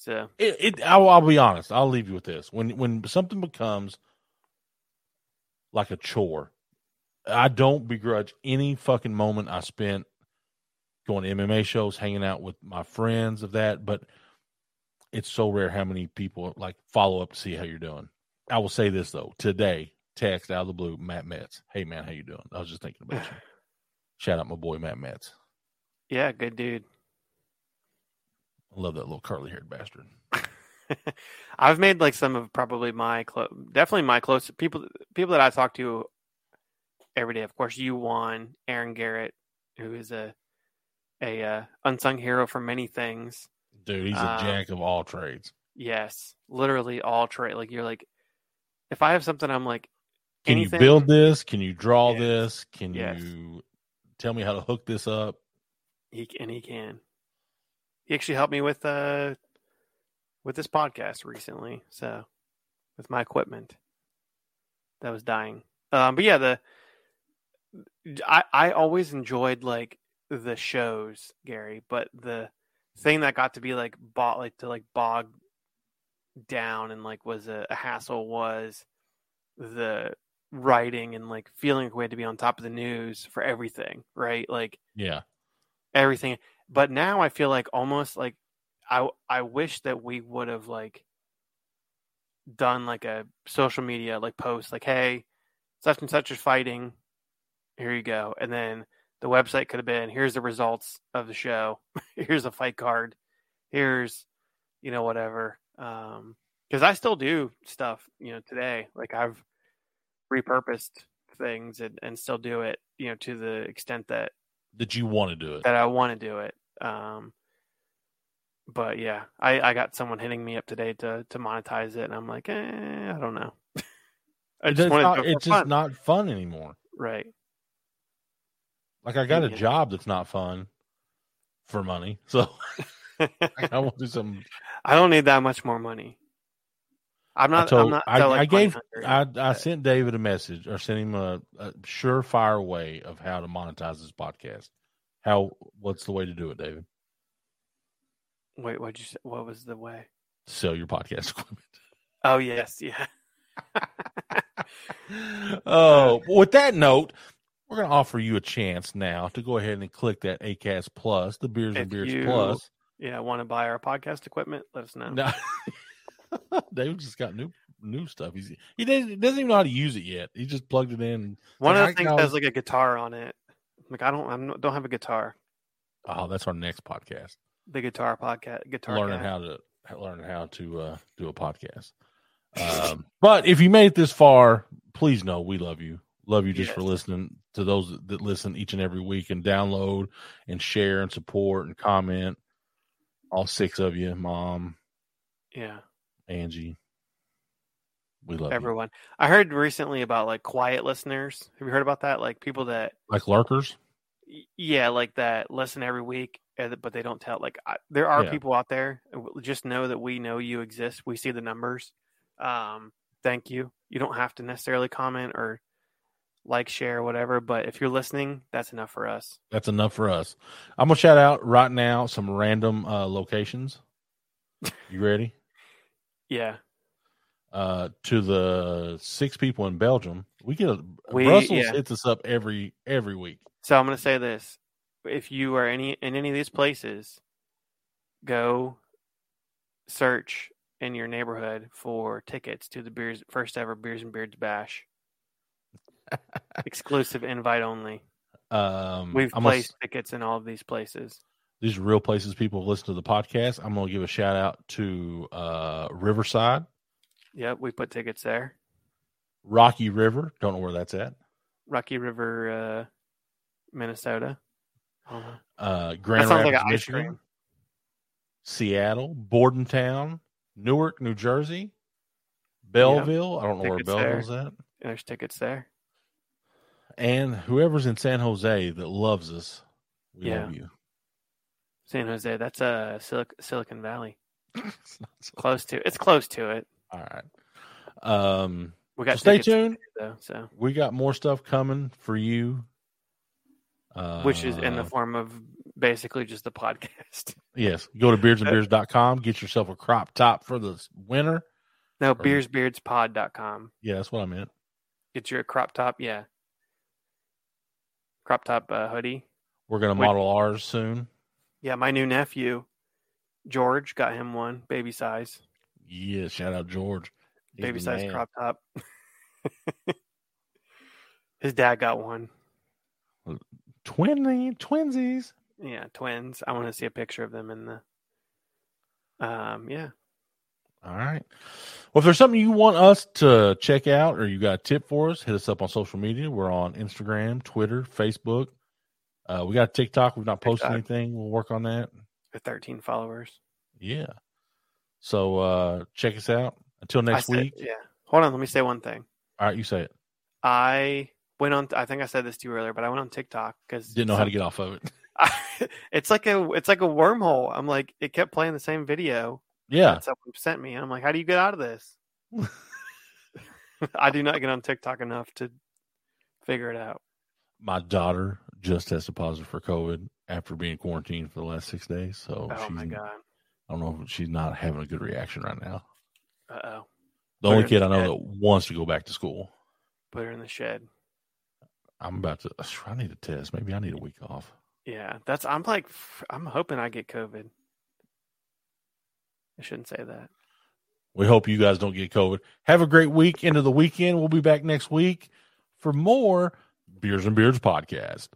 So
It, it I'll, I'll be honest. I'll leave you with this. When when something becomes like a chore, I don't begrudge any fucking moment I spent going to MMA shows, hanging out with my friends of that. But it's so rare how many people like follow up to see how you're doing. I will say this though today, text out of the blue, Matt Metz. Hey man, how you doing? I was just thinking about you. Shout out my boy Matt Metz.
yeah, good dude.
I love that little curly haired bastard.
I've made like some of probably my clo- definitely my close people people that I talk to every day. Of course, you won Aaron Garrett, who is a a uh, unsung hero for many things.
Dude, he's a
Um,
jack of all trades.
Yes, literally all trade. Like you're like, if I have something, I'm like,
Can
anything-
you build this? Can you draw
Yes.
this? Can
Yes.
you tell me how to hook this up?
He c- and he can. He actually helped me with uh with this podcast recently, so with my equipment that was dying. Um, but yeah, the I I always enjoyed like the shows, Gary, but the thing that got to be like bought like to like bog down and like was a, a hassle was the writing and like feeling like we had to be on top of the news for everything, right? Like
Yeah.
everything. But now I feel like almost like I I wish that we would have like done like a social media like post like hey such and such is fighting here you go and then the website could have been here's the results of the show here's a fight card here's you know whatever um because i still do stuff you know today like i've repurposed things and, and still do it you know to the extent that
That you want to do it.
that I want to do it. Um, but yeah, I, I got someone hitting me up today to to monetize it, and I'm like, eh, I don't know. I
It's
just want
not-
to do it for
it's just
fun.
not fun anymore.
right.
Like I got a
Yeah.
job that's not fun for money. So like, I want to do something.
I don't need that much more money. I'm not.
told-
I'm not.
I-
so,
I gave-
money hungry.
I, I sent David a message or sent him a, a surefire way of how to monetize this podcast. How what's the way to do it, David?
Wait, what you say? What was the way?
Sell your podcast equipment.
Oh yes, yeah.
oh, with that note, we're going to offer you a chance now to go ahead and click that ACAS Plus, the Beers and
If
Beers
you-
Plus.
Yeah, want to buy our podcast equipment? Let us know.
Now, David just got new new stuff. He's, he doesn't he doesn't even know how to use it yet. He just plugged it in. like,
One of
I
the things
can
has like a guitar on it. Like I don't, I am don't have a guitar.
Oh, that's our next podcast.
The guitar podcast, guitar.
learning
guy.
how to learning how to uh, do a podcast. Um, but if you made it this far, please know we love you. Love you just for
Yes.
listening to those that listen each and every week and download and share and support and comment. All six of you, mom,
Yeah.
Angie. We love you.
everyone. I heard recently about like quiet listeners. Have you heard about that? Like people that
Like lurkers.
y- yeah, like that listen every week and- but they don't tell. Like I, there are
Yeah.
people out there. w- Just know that we know you exist. We see the numbers. Um, thank you. You don't have to necessarily comment or like, share, whatever. But if you're listening, that's enough for us.
That's enough for us. I'm gonna shout out right now some random uh, locations. You ready?
Yeah,
Uh, to the six people in Belgium, we get a
We-
Brussels
yeah.
hits us up every every week.
So I'm going to say this: if you are any in any of these places, go search in your neighborhood for tickets to the beers first ever Beers and Beards Bash. Exclusive invite only.
Um,
We've
I'm gonna s-
placed tickets in all of these places.
these are real places people listen to the podcast. I'm gonna give a shout out to uh, Riverside,
Yep, we put tickets there.
Rocky River. Don't know where that's at.
Rocky River, uh, Minnesota. I don't know.
Uh,
That
Grand
sounds
Rapids,
like an ice
Michigan,
cream.
Seattle, Bordentown, Newark, New Jersey, Belleville. I don't know
Think
where
it's there.
Belleville's at.
There's tickets there.
And whoever's in San Jose that loves us, we
Yeah.
love you.
San Jose. That's uh, Silic- Silicon Valley.
It's not so-
Close to. It's close to it.
All right. Um,
We
so
got.
stay
tickets there,
tuned.
Though, so.
We got more stuff coming for you. Uh,
which is in the form of basically just the podcast.
yes. Go to
Uh,
beardsandbeards.com. Get yourself a crop top for the winter.
No,
Pardon?
beersbeardspod.com.
Yeah, that's what I meant.
Get your crop top, yeah. Crop top uh, hoodie.
We're gonna
Wait.
model ours soon.
Yeah, my new nephew, George, got him one, baby size.
Yeah, shout out George. He's
baby
the
size
man.
crop top. His dad got one.
Twinly, twinsies.
Yeah, twins. I want to see a picture of them in the um yeah.
All right. Well, if there's something you want us to check out or you got a tip for us, hit us up on social media. We're on Instagram, Twitter, Facebook. Uh, we got TikTok. We've not posted
TikTok.
anything. We'll work on that.
They're thirteen followers.
Yeah. So uh, check us out. Until
I
next
said-
week.
Yeah. Hold on, let me say one thing.
All right, you say it.
I went on. I think I said this to you earlier, but I went on TikTok because
Didn't know how to get off of it.
it's like a it's like a wormhole. I'm like, it kept playing the same video
Yeah.
that someone sent me. I'm like, how do you get out of this? I do not get on TikTok enough to figure it out.
My daughter just tested positive for COVID after being quarantined for the last six days. So
Oh
she's,
my god.
I don't know if she's not having a good reaction right now.
Uh oh.
The
Put
only
her-
kid I know
yeah.
that wants to go back to school.
Put her in the shed.
I'm about to. I need a test. Maybe I need a week off.
Yeah, that's. I'm like, f- I'm hoping I get COVID. I shouldn't say that.
We hope you guys don't get COVID. Have a great week into the weekend. We'll be back next week for more Beers and Beards podcast.